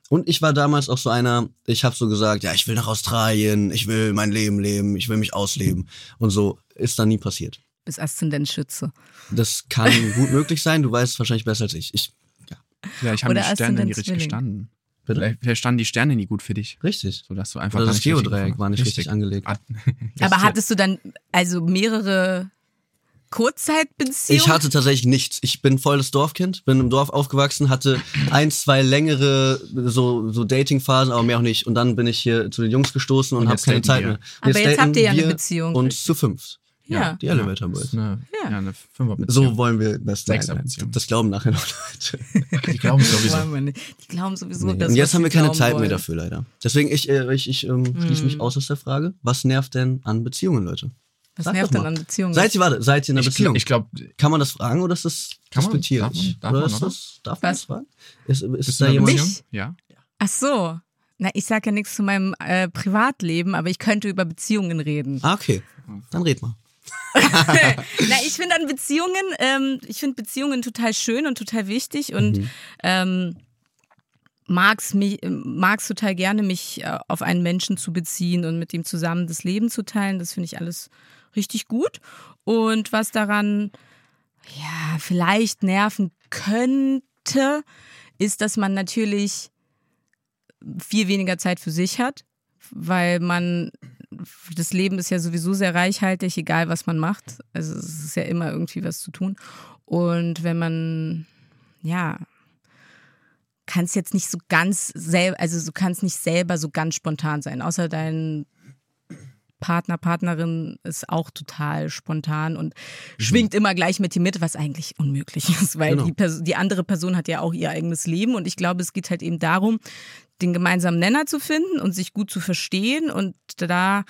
[SPEAKER 5] Und ich war damals auch so einer, ich habe so gesagt, ja, ich will nach Australien, ich will mein Leben leben, ich will mich ausleben. Und so ist dann nie passiert.
[SPEAKER 2] Bis Aszendent Schütze.
[SPEAKER 5] Das kann
[SPEAKER 2] [laughs]
[SPEAKER 5] gut möglich sein, du weißt es wahrscheinlich besser als ich. Ich,
[SPEAKER 3] Vielleicht haben
[SPEAKER 2] Oder
[SPEAKER 3] die Sterne
[SPEAKER 2] Aszendent
[SPEAKER 3] nie richtig
[SPEAKER 2] Zwilling.
[SPEAKER 3] gestanden.
[SPEAKER 5] Bitte?
[SPEAKER 3] Vielleicht, vielleicht standen die Sterne nie gut für dich.
[SPEAKER 5] richtig.
[SPEAKER 3] Sodass du einfach
[SPEAKER 5] Oder
[SPEAKER 3] gar
[SPEAKER 5] das
[SPEAKER 3] nicht richtig
[SPEAKER 5] Geodreieck
[SPEAKER 3] gefunden-
[SPEAKER 5] war nicht richtig, angelegt.
[SPEAKER 3] Ah,
[SPEAKER 2] Aber hattest du dann also mehrere Kurzzeitbeziehungen?
[SPEAKER 5] Ich hatte tatsächlich nichts. Ich bin volles Dorfkind, bin im Dorf aufgewachsen, hatte ein, zwei längere so, so Dating-Phasen, aber mehr auch nicht. Und dann bin ich hier zu den Jungs gestoßen und,
[SPEAKER 3] Und
[SPEAKER 5] hab
[SPEAKER 3] jetzt
[SPEAKER 5] keine
[SPEAKER 3] daten
[SPEAKER 5] Zeit
[SPEAKER 3] wir.
[SPEAKER 5] mehr.
[SPEAKER 2] Aber jetzt
[SPEAKER 5] daten
[SPEAKER 2] habt ihr ja eine
[SPEAKER 5] wir
[SPEAKER 2] Beziehung.
[SPEAKER 5] Und zu fünft.
[SPEAKER 2] ja.
[SPEAKER 5] Die Elevator
[SPEAKER 3] Das ist
[SPEAKER 5] Boys.
[SPEAKER 3] eine,
[SPEAKER 2] Ja.
[SPEAKER 3] ja. eine Fünferbeziehung.
[SPEAKER 5] So wollen wir das sein.
[SPEAKER 3] Sechserbeziehung.
[SPEAKER 5] Das glauben nachher noch Leute.
[SPEAKER 3] die glauben es sowieso.
[SPEAKER 2] Wollen wir nicht. Die glauben sowieso, dass
[SPEAKER 5] und jetzt
[SPEAKER 2] was
[SPEAKER 5] haben wir
[SPEAKER 2] sie
[SPEAKER 5] keine
[SPEAKER 2] glauben
[SPEAKER 5] Zeit mehr
[SPEAKER 2] wollen. Mhm.
[SPEAKER 5] dafür, leider. Deswegen, ich, äh, ich, ich ähm, schließe mich aus aus der Frage. Was nervt denn an Beziehungen, Leute?
[SPEAKER 2] Was
[SPEAKER 5] Sag
[SPEAKER 2] nervt denn
[SPEAKER 5] doch mal.
[SPEAKER 2] an Beziehungen?
[SPEAKER 5] Seid ihr, warte, seid ihr in einer
[SPEAKER 3] Ich,
[SPEAKER 5] Beziehung?
[SPEAKER 3] glaub- ich glaube,
[SPEAKER 5] Kann man das fragen oder ist das
[SPEAKER 3] Kann man?
[SPEAKER 5] diskutiert?
[SPEAKER 3] Darf man- darf
[SPEAKER 5] oder
[SPEAKER 3] man,
[SPEAKER 5] ist
[SPEAKER 3] oder?
[SPEAKER 5] das, darf man
[SPEAKER 2] Was?
[SPEAKER 5] das fragen? Ist, ist,
[SPEAKER 3] bist
[SPEAKER 5] ist
[SPEAKER 3] du
[SPEAKER 5] da
[SPEAKER 3] in einer
[SPEAKER 5] jemand?
[SPEAKER 3] Beziehung? Ja.
[SPEAKER 2] Ach so. Na, ich sage ja nichts zu meinem äh, Privatleben, aber ich könnte über Beziehungen reden.
[SPEAKER 5] Ah, okay. Dann red mal.
[SPEAKER 2] Na, ich finde an Beziehungen, ähm, ich finde Beziehungen total schön und total wichtig und ähm, mag's mich, mag's total gerne, mich äh, auf einen Menschen zu beziehen und mit ihm zusammen das Leben zu teilen. Das finde ich alles richtig gut. Und was daran ja vielleicht nerven könnte, ist, dass man natürlich viel weniger Zeit für sich hat, weil man das Leben ist ja sowieso sehr reichhaltig, egal was man macht. Also es ist ja immer irgendwie was zu tun. Und wenn man, ja, kann es jetzt nicht so ganz selber, also du kannst nicht selber so ganz spontan sein, außer dein Partner, Partnerin ist auch total spontan und schwingt immer gleich mit dir mit, was eigentlich unmöglich ist, weil
[SPEAKER 5] Mhm. Genau.
[SPEAKER 2] die, Pers die andere Person hat ja auch ihr eigenes Leben und ich glaube, es geht halt eben darum, den gemeinsamen Nenner zu finden und sich gut zu verstehen und da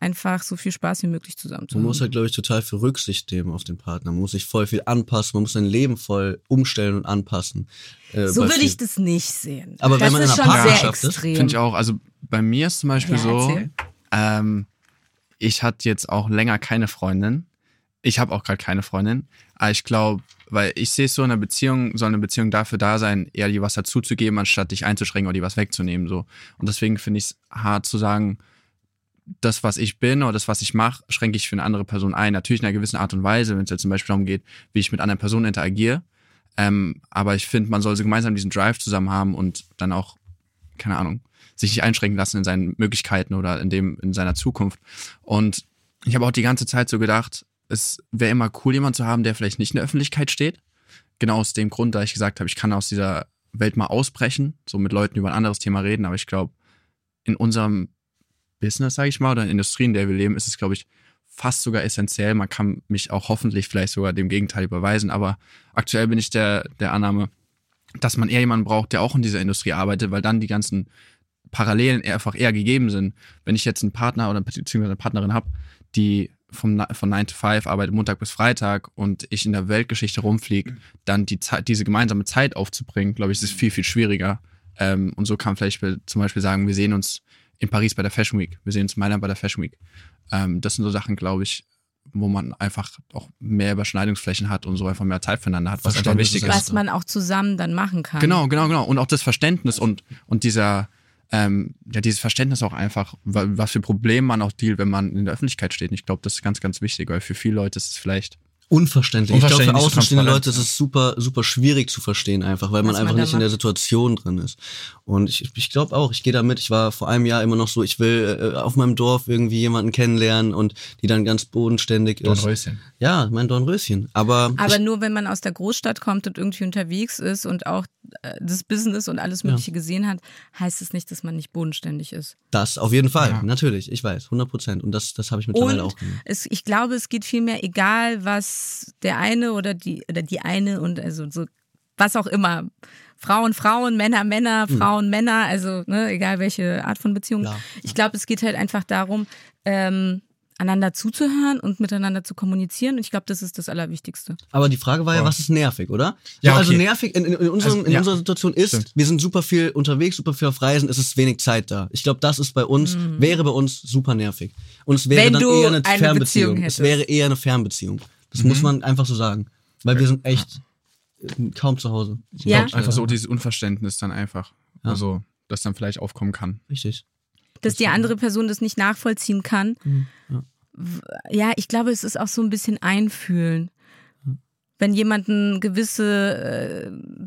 [SPEAKER 2] einfach so viel Spaß wie möglich zusammen zu
[SPEAKER 5] Man
[SPEAKER 2] haben.
[SPEAKER 5] muss halt, glaube ich, total viel Rücksicht nehmen auf den Partner. Man muss sich voll viel anpassen. Man muss sein Leben voll umstellen und anpassen. Äh,
[SPEAKER 2] so
[SPEAKER 5] bei
[SPEAKER 2] würde ich
[SPEAKER 5] vielen.
[SPEAKER 2] das nicht sehen.
[SPEAKER 5] Aber
[SPEAKER 2] das
[SPEAKER 5] wenn man in
[SPEAKER 2] ist
[SPEAKER 5] einer
[SPEAKER 2] schon sehr
[SPEAKER 5] Partnerschaft ist,
[SPEAKER 2] extrem.
[SPEAKER 3] Finde ich auch. Also bei mir ist zum Beispiel
[SPEAKER 2] Ja,
[SPEAKER 3] so, Also
[SPEAKER 2] erzähl.
[SPEAKER 3] ähm, ich hatte jetzt auch länger keine Freundin. Ich habe auch gerade keine Freundin. Aber ich glaube, weil ich sehe es so in einer Beziehung, soll eine Beziehung dafür da sein, eher dir was dazuzugeben, anstatt dich einzuschränken oder dir was wegzunehmen. So. Und deswegen finde ich es hart zu sagen, das, was ich bin oder das, was ich mache, schränke ich für eine andere Person ein. Natürlich in einer gewissen Art und Weise, wenn es jetzt zum Beispiel darum geht, wie ich mit anderen Personen interagiere. Ähm, aber ich finde, man soll so gemeinsam diesen Drive zusammen haben und dann auch, keine Ahnung, sich nicht einschränken lassen in seinen Möglichkeiten oder in dem, in seiner Zukunft. Und ich habe auch die ganze Zeit so gedacht,
[SPEAKER 6] es wäre immer cool, jemanden zu haben, der vielleicht nicht in der Öffentlichkeit steht. Genau aus dem Grund, da ich gesagt habe, ich kann aus dieser Welt mal ausbrechen, so mit Leuten über ein anderes Thema reden. Aber ich glaube, in unserem Business, sage ich mal, oder in der Industrie, in der wir leben, ist es, glaube ich, fast sogar essentiell. Man kann mich auch hoffentlich vielleicht sogar dem Gegenteil überweisen. Aber aktuell bin ich der, der Annahme, dass man eher jemanden braucht, der auch in dieser Industrie arbeitet, weil dann die ganzen Parallelen eher einfach eher gegeben sind. Wenn ich jetzt einen Partner oder beziehungsweise eine Partnerin habe, die vom, Na- von 9 to 5 arbeitet Montag bis Freitag und ich in der Weltgeschichte rumfliege, dann die Zeit, diese gemeinsame Zeit aufzubringen, glaube ich, ist viel, viel schwieriger. Ähm, und so kann man vielleicht be- zum Beispiel sagen, wir sehen uns in Paris bei der Fashion Week, wir sehen uns in Mailand bei der Fashion Week. Ähm, das sind so Sachen, glaube ich, wo man einfach auch mehr Überschneidungsflächen hat und so einfach mehr Zeit füreinander hat, was einfach
[SPEAKER 5] Verständnis
[SPEAKER 6] wichtig
[SPEAKER 5] ist
[SPEAKER 6] ist.
[SPEAKER 5] einfach-
[SPEAKER 2] was man auch zusammen dann machen kann.
[SPEAKER 6] Genau, genau, genau. Und auch das Verständnis und, und dieser, ähm, ja, dieses Verständnis auch einfach, wa- was für Probleme man auch dealt, wenn man in der Öffentlichkeit steht. Und ich glaube, das ist ganz, ganz wichtig, weil für viele Leute ist es vielleicht.
[SPEAKER 5] Unverständlich. Ich glaube, für
[SPEAKER 6] Unverständlich,
[SPEAKER 5] außenstehende
[SPEAKER 6] transparent.
[SPEAKER 5] Leute ist es super, super schwierig zu verstehen, einfach, weil man
[SPEAKER 2] Was man
[SPEAKER 5] einfach
[SPEAKER 2] da
[SPEAKER 5] nicht in der
[SPEAKER 2] macht.
[SPEAKER 5] Situation drin ist. Und ich, ich glaube auch, ich gehe damit. Ich war vor einem Jahr immer noch so, ich will äh, auf meinem Dorf irgendwie jemanden kennenlernen und die dann ganz bodenständig ist. Ja, mein Dornröschen. Aber,
[SPEAKER 2] Aber
[SPEAKER 5] ich,
[SPEAKER 2] nur wenn man aus der Großstadt kommt und irgendwie unterwegs ist und auch äh, das Business und alles Mögliche gesehen hat, heißt es nicht, dass man nicht bodenständig ist.
[SPEAKER 5] das auf jeden Fall, natürlich. Ich weiß, 100 Prozent. Und das, das habe ich mittlerweile
[SPEAKER 2] Und
[SPEAKER 5] auch gemerkt.
[SPEAKER 2] es, ich glaube, es geht vielmehr egal, was der eine oder die oder die eine und also so was auch immer. Frauen, Frauen, Männer, Männer, Frauen, Männer, also ne, egal welche Art von Beziehung.
[SPEAKER 5] Mhm. Klar.
[SPEAKER 2] Ich glaube, es geht halt einfach darum, ähm, einander zuzuhören und miteinander zu kommunizieren. Und ich glaube, das ist das Allerwichtigste.
[SPEAKER 5] Aber die Frage war ja, was ist nervig, oder?
[SPEAKER 6] Oh. Ja,
[SPEAKER 5] So, Also
[SPEAKER 6] okay.
[SPEAKER 5] nervig in, in, in, unserem,
[SPEAKER 6] Also,
[SPEAKER 5] in
[SPEAKER 6] ja.
[SPEAKER 5] unserer Situation ist,
[SPEAKER 6] Stimmt.
[SPEAKER 5] wir sind super viel unterwegs, super viel auf Reisen, es ist wenig Zeit da. Ich glaube, das ist bei uns, wäre bei uns super nervig. Und es wäre
[SPEAKER 2] Mhm. Wenn
[SPEAKER 5] dann
[SPEAKER 2] du
[SPEAKER 5] eher eine,
[SPEAKER 2] eine
[SPEAKER 5] Fernbeziehung.
[SPEAKER 2] Beziehung
[SPEAKER 5] es
[SPEAKER 2] hättest.
[SPEAKER 5] wäre eher eine Fernbeziehung. Das
[SPEAKER 6] Mhm.
[SPEAKER 5] muss man einfach so sagen. Weil wir sind echt äh, kaum zu Hause.
[SPEAKER 2] Ja.
[SPEAKER 6] Einfach so dieses Unverständnis dann einfach.
[SPEAKER 5] Ja.
[SPEAKER 6] Also, das dann vielleicht aufkommen kann.
[SPEAKER 5] Richtig.
[SPEAKER 2] dass die andere Person das nicht nachvollziehen kann. W- Ja, ich glaube, es ist auch so ein bisschen einfühlen. Wenn jemand ein gewisse äh,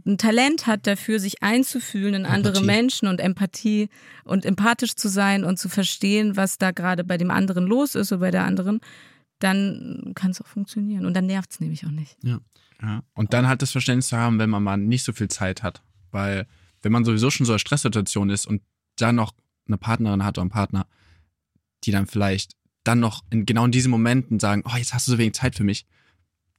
[SPEAKER 2] ein Talent hat dafür, sich einzufühlen in andere
[SPEAKER 5] Empathie.
[SPEAKER 2] Menschen und Empathie und empathisch zu sein und zu verstehen, was da gerade bei dem anderen los ist oder bei der anderen, dann kann es auch funktionieren. Und dann nervt es nämlich auch nicht.
[SPEAKER 6] Ja. Und dann halt das Verständnis zu haben, wenn man mal nicht so viel Zeit hat. Weil, wenn man sowieso schon so in einer Stresssituation ist und dann noch eine Partnerin hat oder einen Partner, die dann vielleicht dann noch in genau in diesen Momenten sagen, oh, jetzt hast du so wenig Zeit für mich,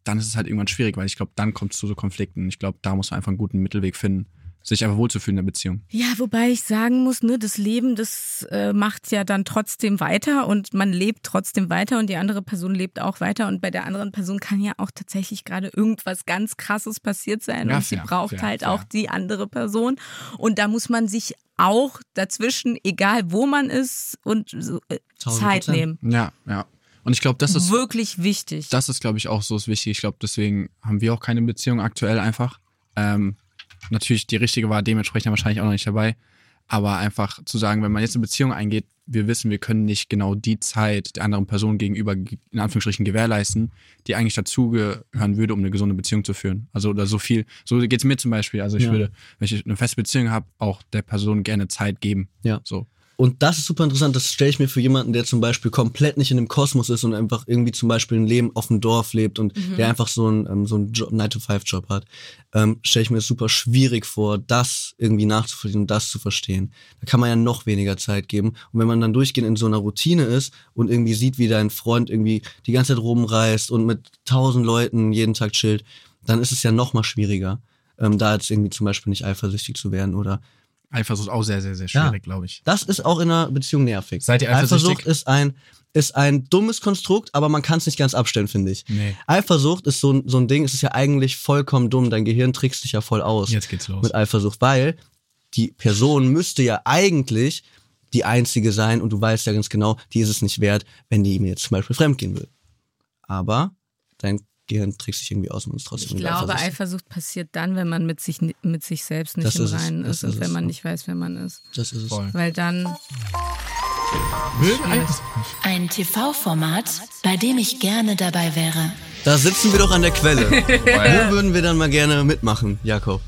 [SPEAKER 6] dann ist es halt irgendwann schwierig, weil ich glaube, dann kommt es zu so Konflikten. Ich glaube, da muss man einfach einen guten Mittelweg finden, sich einfach wohlzufühlen in der Beziehung.
[SPEAKER 2] Ja, wobei ich sagen muss, ne, das Leben, das äh, macht's ja dann trotzdem weiter und man lebt trotzdem weiter und die andere Person lebt auch weiter und bei der anderen Person kann ja auch tatsächlich gerade irgendwas ganz Krasses passiert sein
[SPEAKER 6] Ja,
[SPEAKER 2] und sie
[SPEAKER 6] fair,
[SPEAKER 2] braucht
[SPEAKER 6] fair,
[SPEAKER 2] halt
[SPEAKER 6] fair.
[SPEAKER 2] auch die andere Person und da muss man sich auch dazwischen, egal wo man ist, und so, äh,
[SPEAKER 5] 1000%.
[SPEAKER 2] Zeit nehmen.
[SPEAKER 6] Ja, ja. Und ich glaube, das ist
[SPEAKER 2] Wirklich wichtig.
[SPEAKER 6] das ist, glaube ich, auch so das Wichtige. Ich glaube, deswegen haben wir auch keine Beziehung aktuell einfach. Ähm, natürlich, die richtige war dementsprechend wahrscheinlich auch noch nicht dabei. Aber einfach zu sagen, wenn man jetzt eine Beziehung eingeht, wir wissen, wir können nicht genau die Zeit der anderen Person gegenüber ge- in Anführungsstrichen gewährleisten, die eigentlich dazugehören würde, um eine gesunde Beziehung zu führen. Also oder so viel, so geht es mir zum Beispiel. Also ich
[SPEAKER 5] Ja.
[SPEAKER 6] würde, wenn ich eine feste Beziehung habe, auch der Person gerne Zeit geben.
[SPEAKER 5] Ja.
[SPEAKER 6] So.
[SPEAKER 5] Und das ist super interessant, das stelle ich mir für jemanden, der zum Beispiel komplett nicht in dem Kosmos ist und einfach irgendwie zum Beispiel ein Leben auf dem Dorf lebt und der einfach so einen, ähm, so einen Job, 9-to-5-Job hat, ähm, stelle ich mir das super schwierig vor, das irgendwie nachzuvollziehen und das zu verstehen. Da kann man ja noch weniger Zeit geben. Und wenn man dann durchgehend in so einer Routine ist und irgendwie sieht, wie dein Freund irgendwie die ganze Zeit rumreist und mit tausend Leuten jeden Tag chillt, dann ist es ja noch mal schwieriger, ähm, da jetzt irgendwie zum Beispiel nicht eifersüchtig zu werden oder
[SPEAKER 6] Eifersucht auch sehr, sehr, sehr
[SPEAKER 5] Ja.
[SPEAKER 6] schwierig, glaube ich.
[SPEAKER 5] das ist auch in einer Beziehung nervig.
[SPEAKER 6] Seid ihr eifersüchtig?
[SPEAKER 5] Eifersucht ist ein, ist ein dummes Konstrukt, aber man kann es nicht ganz abstellen, finde ich.
[SPEAKER 6] Nee.
[SPEAKER 5] Eifersucht ist so, ein- so ein Ding, es ist ja eigentlich vollkommen dumm. Dein Gehirn trickst dich ja voll aus
[SPEAKER 6] Jetzt geht's los.
[SPEAKER 5] mit Eifersucht, weil die Person müsste ja eigentlich die einzige sein und du weißt ja ganz genau, die ist es nicht wert, wenn die mir jetzt zum Beispiel fremdgehen will. Aber dein Gehirn trickst dich irgendwie aus und ist trotzdem
[SPEAKER 2] Ich glaube,
[SPEAKER 5] eifersüchtig.
[SPEAKER 2] Eifersucht passiert dann, wenn man mit sich, mit sich selbst nicht
[SPEAKER 5] Das
[SPEAKER 2] im
[SPEAKER 5] ist es,
[SPEAKER 2] Reinen
[SPEAKER 5] das
[SPEAKER 2] ist, und
[SPEAKER 5] ist
[SPEAKER 2] wenn
[SPEAKER 5] es,
[SPEAKER 2] man
[SPEAKER 5] ja.
[SPEAKER 2] nicht weiß, wer man ist.
[SPEAKER 5] Das ist es.
[SPEAKER 6] Voll.
[SPEAKER 2] Weil dann
[SPEAKER 4] Ein TV-Format, bei dem ich gerne dabei wäre.
[SPEAKER 5] Da sitzen wir doch an der
[SPEAKER 3] [laughs]
[SPEAKER 5] Quelle. Wo würden wir dann mal gerne mitmachen, Jakob?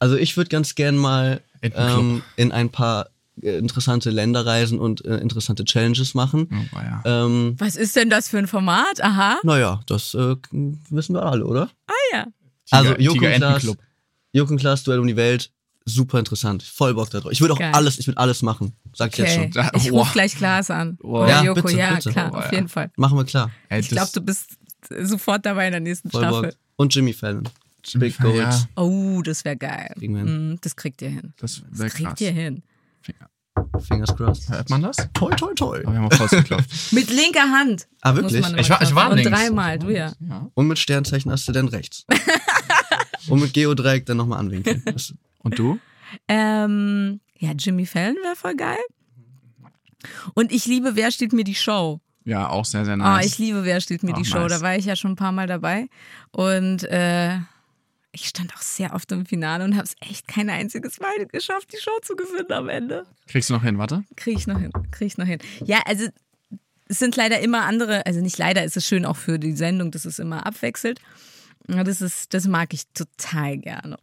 [SPEAKER 5] Also ich würde ganz gern mal
[SPEAKER 6] Entenclub.
[SPEAKER 5] ähm, in ein paar äh, interessante Länder reisen und äh, interessante Challenges machen.
[SPEAKER 3] Oh, ja.
[SPEAKER 6] Äh,
[SPEAKER 5] Ähm,
[SPEAKER 2] Was ist denn das für ein Format? Aha.
[SPEAKER 5] naja, das äh, wissen wir alle, oder?
[SPEAKER 2] Ah,
[SPEAKER 3] Tiger-
[SPEAKER 5] also Joko und Klaas,
[SPEAKER 3] Tigerentenclub.
[SPEAKER 5] Joko und Klaas, Duell um die Welt, super interessant. Voll Bock da drauf. Ich würde auch
[SPEAKER 2] Geil.
[SPEAKER 5] alles, ich würde alles machen. Sag ich jetzt
[SPEAKER 2] Okay.
[SPEAKER 5] schon.
[SPEAKER 3] Ja,
[SPEAKER 2] Ich
[SPEAKER 3] wow.
[SPEAKER 2] rufe gleich Klaas an.
[SPEAKER 3] Wow.
[SPEAKER 2] Oder
[SPEAKER 5] Ja,
[SPEAKER 2] Joko,
[SPEAKER 5] bitte,
[SPEAKER 2] ja,
[SPEAKER 5] bitte.
[SPEAKER 2] klar,
[SPEAKER 3] Wow,
[SPEAKER 2] auf
[SPEAKER 3] ja.
[SPEAKER 2] jeden Fall.
[SPEAKER 5] Machen wir klar.
[SPEAKER 3] Ey,
[SPEAKER 2] Ich glaube,
[SPEAKER 3] das-
[SPEAKER 2] du bist sofort dabei in der nächsten
[SPEAKER 5] Voll
[SPEAKER 2] Staffel.
[SPEAKER 5] Bock. Und Jimmy Fallon.
[SPEAKER 3] Jimmy
[SPEAKER 5] Big
[SPEAKER 3] Fallon,
[SPEAKER 5] Gold.
[SPEAKER 3] ja.
[SPEAKER 2] Oh, das wäre geil.
[SPEAKER 5] Kriegen wir hin.
[SPEAKER 2] Mm, das kriegt ihr hin.
[SPEAKER 3] Das wäre
[SPEAKER 2] Das kriegt
[SPEAKER 3] krass.
[SPEAKER 2] ihr hin.
[SPEAKER 5] Fingers crossed.
[SPEAKER 3] Hört man das?
[SPEAKER 5] Toi, toi, toi.
[SPEAKER 3] Aber wir haben auch Faust geklopft.
[SPEAKER 2] Mit linker Hand.
[SPEAKER 5] Ah, wirklich?
[SPEAKER 2] Muss man immer
[SPEAKER 3] Ich war- ich war
[SPEAKER 2] klopfen. Und
[SPEAKER 3] links.
[SPEAKER 2] dreimal, du ja.
[SPEAKER 3] ja.
[SPEAKER 5] Und mit Sternzeichen
[SPEAKER 2] [laughs]
[SPEAKER 5] Aszendent rechts. Und mit Geodreieck dann nochmal anwinkeln. Das,
[SPEAKER 3] Und du?
[SPEAKER 2] Ähm, ja, Jimmy Fallon wäre voll geil. Und ich liebe Wer steht mir die Show.
[SPEAKER 3] Ja, auch sehr, sehr
[SPEAKER 2] Ah,
[SPEAKER 3] nice.
[SPEAKER 2] ich liebe Wer steht mir
[SPEAKER 3] Auch
[SPEAKER 2] die Show.
[SPEAKER 3] nice.
[SPEAKER 2] Da war ich ja schon ein paar Mal dabei. Und äh, ich stand auch sehr oft im Finale und habe es echt kein einziges Mal geschafft, die Show zu gewinnen am Ende.
[SPEAKER 3] Kriegst du noch hin, warte.
[SPEAKER 2] Kriege ich noch hin, kriege ich noch hin. Ja, also es sind leider immer andere, also nicht leider, es ist schön auch für die Sendung, dass es immer abwechselt. Ja, Das, ist, das mag ich total gerne.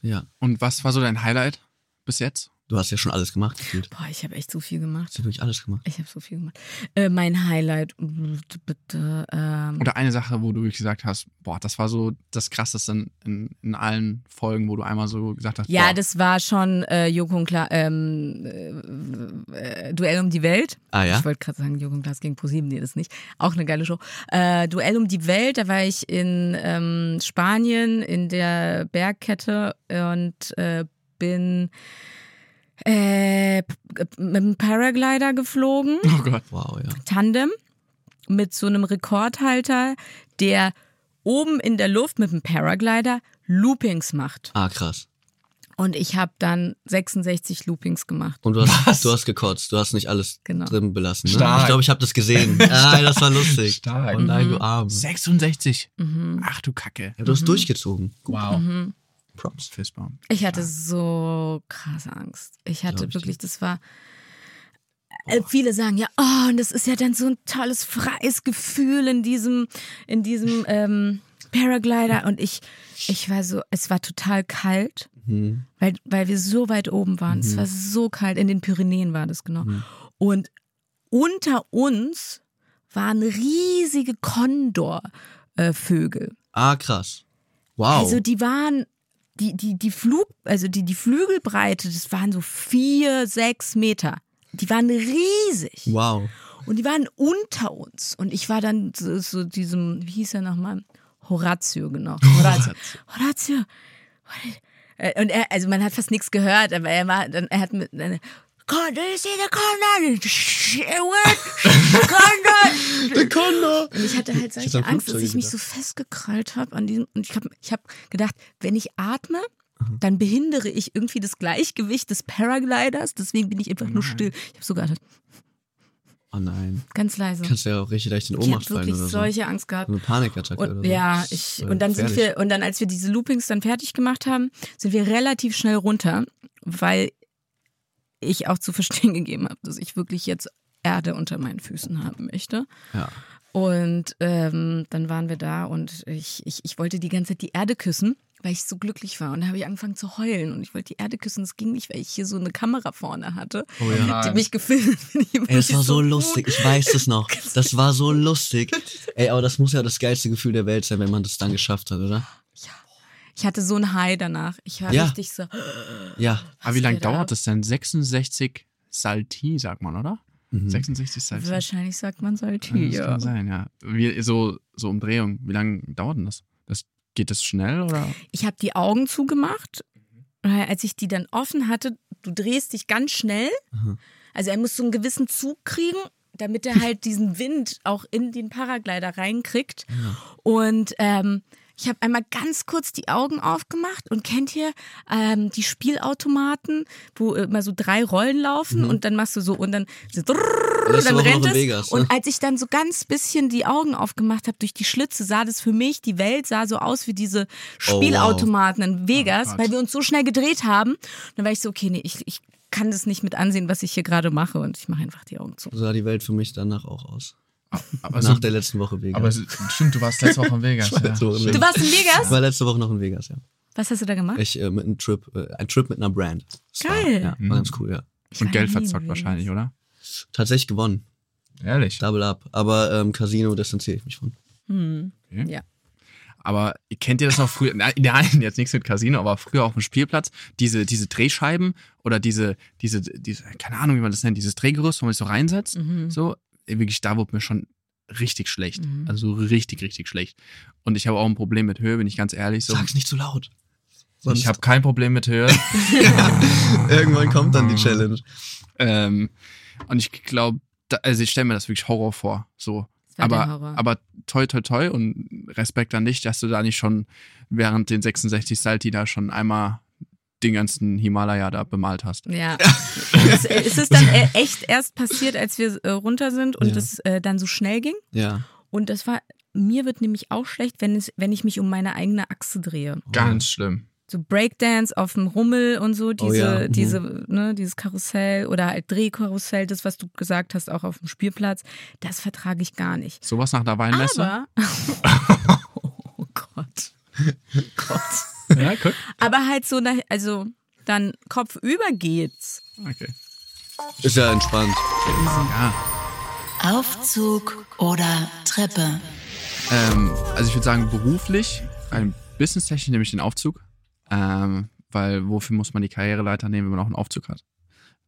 [SPEAKER 5] ja,
[SPEAKER 3] Und was war so dein Highlight bis jetzt?
[SPEAKER 5] du hast ja schon alles gemacht. Gefühlt.
[SPEAKER 2] Boah, ich habe echt so viel gemacht.
[SPEAKER 5] Hast ja wirklich alles gemacht.
[SPEAKER 2] Ich habe so viel gemacht. Äh, mein Highlight, bitte, bitte, ähm,
[SPEAKER 3] Oder eine Sache, wo du gesagt hast, boah, das war so das Krasseste in, in, in allen Folgen, wo du einmal so gesagt hast,
[SPEAKER 2] Ja,
[SPEAKER 3] boah,
[SPEAKER 2] das war schon äh, Joko und Klaas, ähm, äh, äh, Duell um die Welt.
[SPEAKER 5] Ah, ja?
[SPEAKER 2] Ich wollte gerade sagen, Joko und Klaas gegen ProSieben, nee, das nicht. Auch eine geile Show. Äh, Duell um die Welt, da war ich in ähm, Spanien in der Bergkette und äh, bin äh, p- p- mit einem Paraglider geflogen.
[SPEAKER 3] oh Gott.
[SPEAKER 5] Wow, ja.
[SPEAKER 2] Tandem mit so einem Rekordhalter, der oben in der Luft mit einem Paraglider Loopings macht.
[SPEAKER 5] Ah, krass.
[SPEAKER 2] Und ich habe dann 66 Loopings gemacht.
[SPEAKER 5] Und du hast, du hast gekotzt. Du hast nicht alles
[SPEAKER 2] Genau.
[SPEAKER 5] drin belassen. Ne?
[SPEAKER 3] Stark.
[SPEAKER 5] Ich glaube, ich habe das
[SPEAKER 3] [laughs]
[SPEAKER 5] gesehen. ah, das war lustig.
[SPEAKER 3] Stark.
[SPEAKER 5] Oh nein,
[SPEAKER 2] Mhm.
[SPEAKER 5] du Arm.
[SPEAKER 3] 66. Ach du Kacke.
[SPEAKER 5] Ja, du hast durchgezogen. Gut.
[SPEAKER 3] Wow.
[SPEAKER 5] Props.
[SPEAKER 3] Fistbaum.
[SPEAKER 2] Ich hatte so krasse Angst. Ich hatte
[SPEAKER 5] Glaub ich
[SPEAKER 2] wirklich, das war. Äh, Viele sagen ja, oh, und das ist ja dann so ein tolles, freies Gefühl in diesem, in diesem ähm, Paraglider. Und ich, ich war so, es war total kalt,
[SPEAKER 5] Mhm.
[SPEAKER 2] weil, weil wir so weit oben waren. Es war so kalt, in den Pyrenäen war das genau.
[SPEAKER 5] Mhm.
[SPEAKER 2] Und unter uns waren riesige Kondorvögel.
[SPEAKER 5] Ah, krass. Wow.
[SPEAKER 2] Also die waren, die, die, die Flug, also die, die Flügelbreite, das waren so vier, sechs Meter. Die waren riesig.
[SPEAKER 5] wow.
[SPEAKER 2] Und die waren unter uns. Und ich war dann so, so diesem, wie hieß er nochmal? Horatio, genau. Horatio. Horatio. Äh, Und er, also man hat fast nichts gehört, aber er war, dann- er hat mit, äh, dann, God, do you see the [laughs] condor? Shit, what? [laughs] Condor!
[SPEAKER 5] Der Condor.
[SPEAKER 2] Und ich hatte halt
[SPEAKER 5] Ich hab
[SPEAKER 2] solche
[SPEAKER 5] an
[SPEAKER 2] Angst, dass
[SPEAKER 5] Flugzeuge
[SPEAKER 2] ich mich so festgekrallt habe an diesem. Und ich habe ich hab gedacht, wenn ich atme, dann behindere ich irgendwie das Gleichgewicht des Paragliders. Deswegen bin ich einfach nur still. Ich habe so geatmet.
[SPEAKER 5] Oh nein.
[SPEAKER 2] Ganz leise.
[SPEAKER 5] Kannst du ja auch richtig leicht in
[SPEAKER 2] Ich habe
[SPEAKER 5] Ohnmacht fallen
[SPEAKER 2] wirklich
[SPEAKER 5] oder so.
[SPEAKER 2] solche Angst gehabt.
[SPEAKER 5] so eine Panikattacke
[SPEAKER 2] Und,
[SPEAKER 5] oder so.
[SPEAKER 2] Ja,
[SPEAKER 5] Das ist
[SPEAKER 2] ich,
[SPEAKER 5] voll
[SPEAKER 2] und dann sind
[SPEAKER 5] gefährlich.
[SPEAKER 2] wir, und dann, als wir diese Loopings dann fertig gemacht haben, sind wir relativ schnell runter, weil ich auch zu verstehen [laughs] gegeben habe, dass ich wirklich jetzt Erde unter meinen Füßen haben möchte.
[SPEAKER 5] Ja.
[SPEAKER 2] Und ähm, dann waren wir da und ich, ich, ich wollte die ganze Zeit die Erde küssen, weil ich so glücklich war. Und dann habe ich angefangen zu heulen und ich wollte die Erde küssen. Das ging nicht, weil ich hier so eine Kamera vorne hatte,
[SPEAKER 5] Oh ja.
[SPEAKER 2] die mich gefilmt hat. [laughs] Die
[SPEAKER 5] Ey, das
[SPEAKER 2] wirklich
[SPEAKER 5] war so
[SPEAKER 2] gut.
[SPEAKER 5] lustig, ich weiß
[SPEAKER 2] [laughs]
[SPEAKER 5] es noch. Das war so lustig. Ey, aber das muss ja das geilste Gefühl der Welt sein, wenn man das dann geschafft hat, oder?
[SPEAKER 2] Ich hatte so ein High danach. Ich war
[SPEAKER 5] Ja.
[SPEAKER 2] richtig so.
[SPEAKER 5] Ja.
[SPEAKER 3] Aber wie
[SPEAKER 2] Was
[SPEAKER 3] lange
[SPEAKER 2] geht ab?
[SPEAKER 3] dauert das denn? 66 Salti, sagt man, oder?
[SPEAKER 5] Mhm.
[SPEAKER 3] 66 Salti.
[SPEAKER 2] Wahrscheinlich sagt man Salty,
[SPEAKER 3] das
[SPEAKER 2] ja.
[SPEAKER 3] kann sein, ja. Wie, so, so Umdrehung. Wie lange dauert denn das? das? Geht das schnell oder?
[SPEAKER 2] Ich habe die Augen zugemacht. Äh, Als ich die dann offen hatte, du drehst dich ganz schnell. Also er muss so einen gewissen Zug kriegen, damit er halt diesen Wind auch in den Paraglider reinkriegt. Und ähm, ich habe einmal ganz kurz die Augen aufgemacht und kennt ihr ähm, die Spielautomaten, wo immer so drei Rollen laufen und dann machst du so und dann so
[SPEAKER 5] Das ist
[SPEAKER 2] dann
[SPEAKER 5] aber auch
[SPEAKER 2] rennt
[SPEAKER 5] noch
[SPEAKER 2] es.
[SPEAKER 5] in Vegas, ne?
[SPEAKER 2] Und als ich dann so ganz bisschen die Augen aufgemacht habe durch die Schlitze, sah das für mich, die Welt sah so aus wie diese
[SPEAKER 5] wow.
[SPEAKER 2] Spielautomaten in Vegas,
[SPEAKER 3] Gott.
[SPEAKER 2] weil wir uns so schnell gedreht haben. Und dann war ich so, okay, nee, ich, ich kann das nicht mit ansehen, was ich hier gerade mache. Und ich mache einfach die Augen zu.
[SPEAKER 5] So sah die Welt für mich danach auch aus.
[SPEAKER 3] Aber,
[SPEAKER 5] Nach der letzten Woche Vegas.
[SPEAKER 3] aber es, stimmt, du warst
[SPEAKER 6] [laughs]
[SPEAKER 3] letzte Woche in Vegas. ja.
[SPEAKER 5] so
[SPEAKER 3] Stimmt.
[SPEAKER 2] Du warst in Vegas?
[SPEAKER 5] ich war letzte Woche noch in Vegas, ja.
[SPEAKER 2] Was hast du da gemacht?
[SPEAKER 5] Ich äh, mit einem Trip, äh, ein Trip mit einer Brand. Das
[SPEAKER 2] Geil.
[SPEAKER 5] War, ja, war ganz cool, ja.
[SPEAKER 2] Ich
[SPEAKER 6] Und
[SPEAKER 2] war
[SPEAKER 6] Geld
[SPEAKER 2] noch nie in
[SPEAKER 6] verzockt
[SPEAKER 2] Vegas.
[SPEAKER 6] wahrscheinlich, oder?
[SPEAKER 5] Tatsächlich gewonnen.
[SPEAKER 6] Ehrlich.
[SPEAKER 5] Double up. Aber ähm, Casino distanziere ich mich von.
[SPEAKER 2] Hm.
[SPEAKER 6] Okay.
[SPEAKER 2] Ja.
[SPEAKER 6] Aber kennt ihr das noch früher? Nein, nein, jetzt nichts mit Casino, aber früher auf dem Spielplatz, diese, diese Drehscheiben oder diese, diese, diese, keine Ahnung, wie man das nennt, dieses Drehgerüst, wo man sich so reinsetzt.
[SPEAKER 2] Mhm.
[SPEAKER 6] So, ey, wirklich, da wurde mir schon richtig schlecht.
[SPEAKER 2] Mhm.
[SPEAKER 6] Also richtig, richtig schlecht. Und ich habe auch ein Problem mit Höhe, bin ich ganz ehrlich. So,
[SPEAKER 5] Sag's nicht zu laut.
[SPEAKER 6] ich habe kein Problem mit Höhe.
[SPEAKER 5] [laughs] Irgendwann kommt dann die Challenge.
[SPEAKER 6] ähm, und ich glaube, da- also ich stelle mir das wirklich Horror vor. So,
[SPEAKER 2] Das war der
[SPEAKER 6] Aber,
[SPEAKER 2] Horror.
[SPEAKER 6] aber toi, toi, toi und Respekt an dich, dass du da nicht schon während den 66 Salti da schon einmal den ganzen Himalaya da bemalt hast.
[SPEAKER 2] ja. es, es ist dann e- echt erst passiert, als wir äh, runter sind und
[SPEAKER 5] Ja.
[SPEAKER 2] es äh, dann so schnell ging.
[SPEAKER 5] Ja.
[SPEAKER 2] Und das war, mir wird nämlich auch schlecht, wenn, es, wenn ich mich um meine eigene Achse drehe.
[SPEAKER 6] Ganz schlimm.
[SPEAKER 2] So Breakdance auf dem Rummel und
[SPEAKER 6] Oh
[SPEAKER 2] so, diese,
[SPEAKER 5] ja, mhm.
[SPEAKER 2] diese, ne, dieses Karussell oder halt Drehkarussell, das, was du gesagt hast, auch auf dem Spielplatz, das vertrage ich gar nicht.
[SPEAKER 6] Sowas nach der
[SPEAKER 2] Ah.
[SPEAKER 6] Also Weinmesse?
[SPEAKER 2] Aber. [laughs] oh Gott. Gott.
[SPEAKER 6] Ja, guck.
[SPEAKER 2] Aber halt so, nach- also dann kopfüber geht's.
[SPEAKER 6] Okay.
[SPEAKER 5] Ist ja entspannt.
[SPEAKER 6] Ja.
[SPEAKER 4] Aufzug oder Treppe.
[SPEAKER 6] Ähm, also ich würde sagen, beruflich, ein businesstechnisch nehme ich den Aufzug. Ähm, weil wofür muss man die Karriereleiter nehmen, wenn man auch einen Aufzug hat?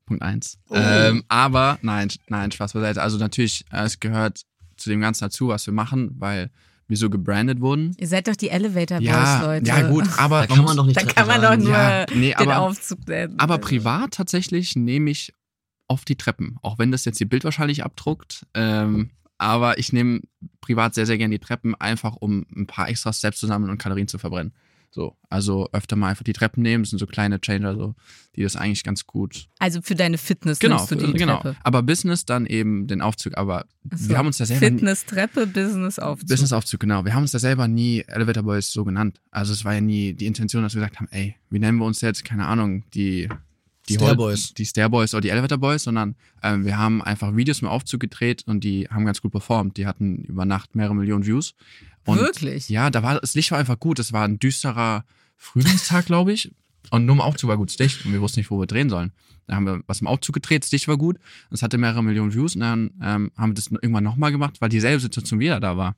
[SPEAKER 6] Punkt eins. Ähm, aber nein, nein, Spaß beiseite. Also natürlich, äh, es gehört zu dem Ganzen dazu, was wir machen, weil wir so gebrandet wurden.
[SPEAKER 2] Ihr seid doch die Elevator Boys,
[SPEAKER 6] Ja,
[SPEAKER 2] Leute.
[SPEAKER 6] ja gut, aber
[SPEAKER 5] Da kann man doch nicht
[SPEAKER 2] Da
[SPEAKER 5] Treppe
[SPEAKER 2] kann man doch
[SPEAKER 5] sagen.
[SPEAKER 2] nur
[SPEAKER 6] Ja, nee,
[SPEAKER 2] den
[SPEAKER 6] aber-
[SPEAKER 2] Aufzug nennen.
[SPEAKER 6] Aber privat tatsächlich nehme ich oft die Treppen, auch wenn das jetzt ihr Bild wahrscheinlich abdruckt. Ähm, aber ich nehme privat sehr, sehr gerne die Treppen, einfach um ein paar extra Steps zu sammeln und Kalorien zu verbrennen. So, also öfter mal einfach die Treppen nehmen, das sind so kleine Changer, so, die das eigentlich ganz gut.
[SPEAKER 2] Also für deine Fitness
[SPEAKER 6] Genau,
[SPEAKER 2] nimmst du die
[SPEAKER 6] genau.
[SPEAKER 2] Treppe.
[SPEAKER 6] Aber Business dann eben den Aufzug, aber
[SPEAKER 2] Ach so.
[SPEAKER 6] wir haben uns da selber.
[SPEAKER 2] Fitness Treppe, Business Aufzug.
[SPEAKER 6] Business-Aufzug, genau. Wir haben uns da selber nie Elevator Boys so genannt. Also es war ja nie die Intention, dass wir gesagt haben, ey, wie nennen wir uns jetzt, keine Ahnung, die, die
[SPEAKER 5] Stair
[SPEAKER 6] Hol-
[SPEAKER 5] Boys.
[SPEAKER 6] Die Stair Boys oder die Elevator Boys, sondern ähm, wir haben einfach Videos im Aufzug gedreht und die haben ganz gut performt. Die hatten über Nacht mehrere Millionen Views. Und
[SPEAKER 2] Wirklich?
[SPEAKER 6] Ja, da war das Licht war einfach gut. Es war ein düsterer Frühlingstag, glaube ich. Und nur im Aufzug war gutes Licht und wir wussten nicht, wo wir drehen sollen. Da haben wir was im Aufzug gedreht, das Licht war gut. Es hatte mehrere Millionen Views und dann ähm, haben wir das irgendwann nochmal gemacht, weil dieselbe Situation wieder da war.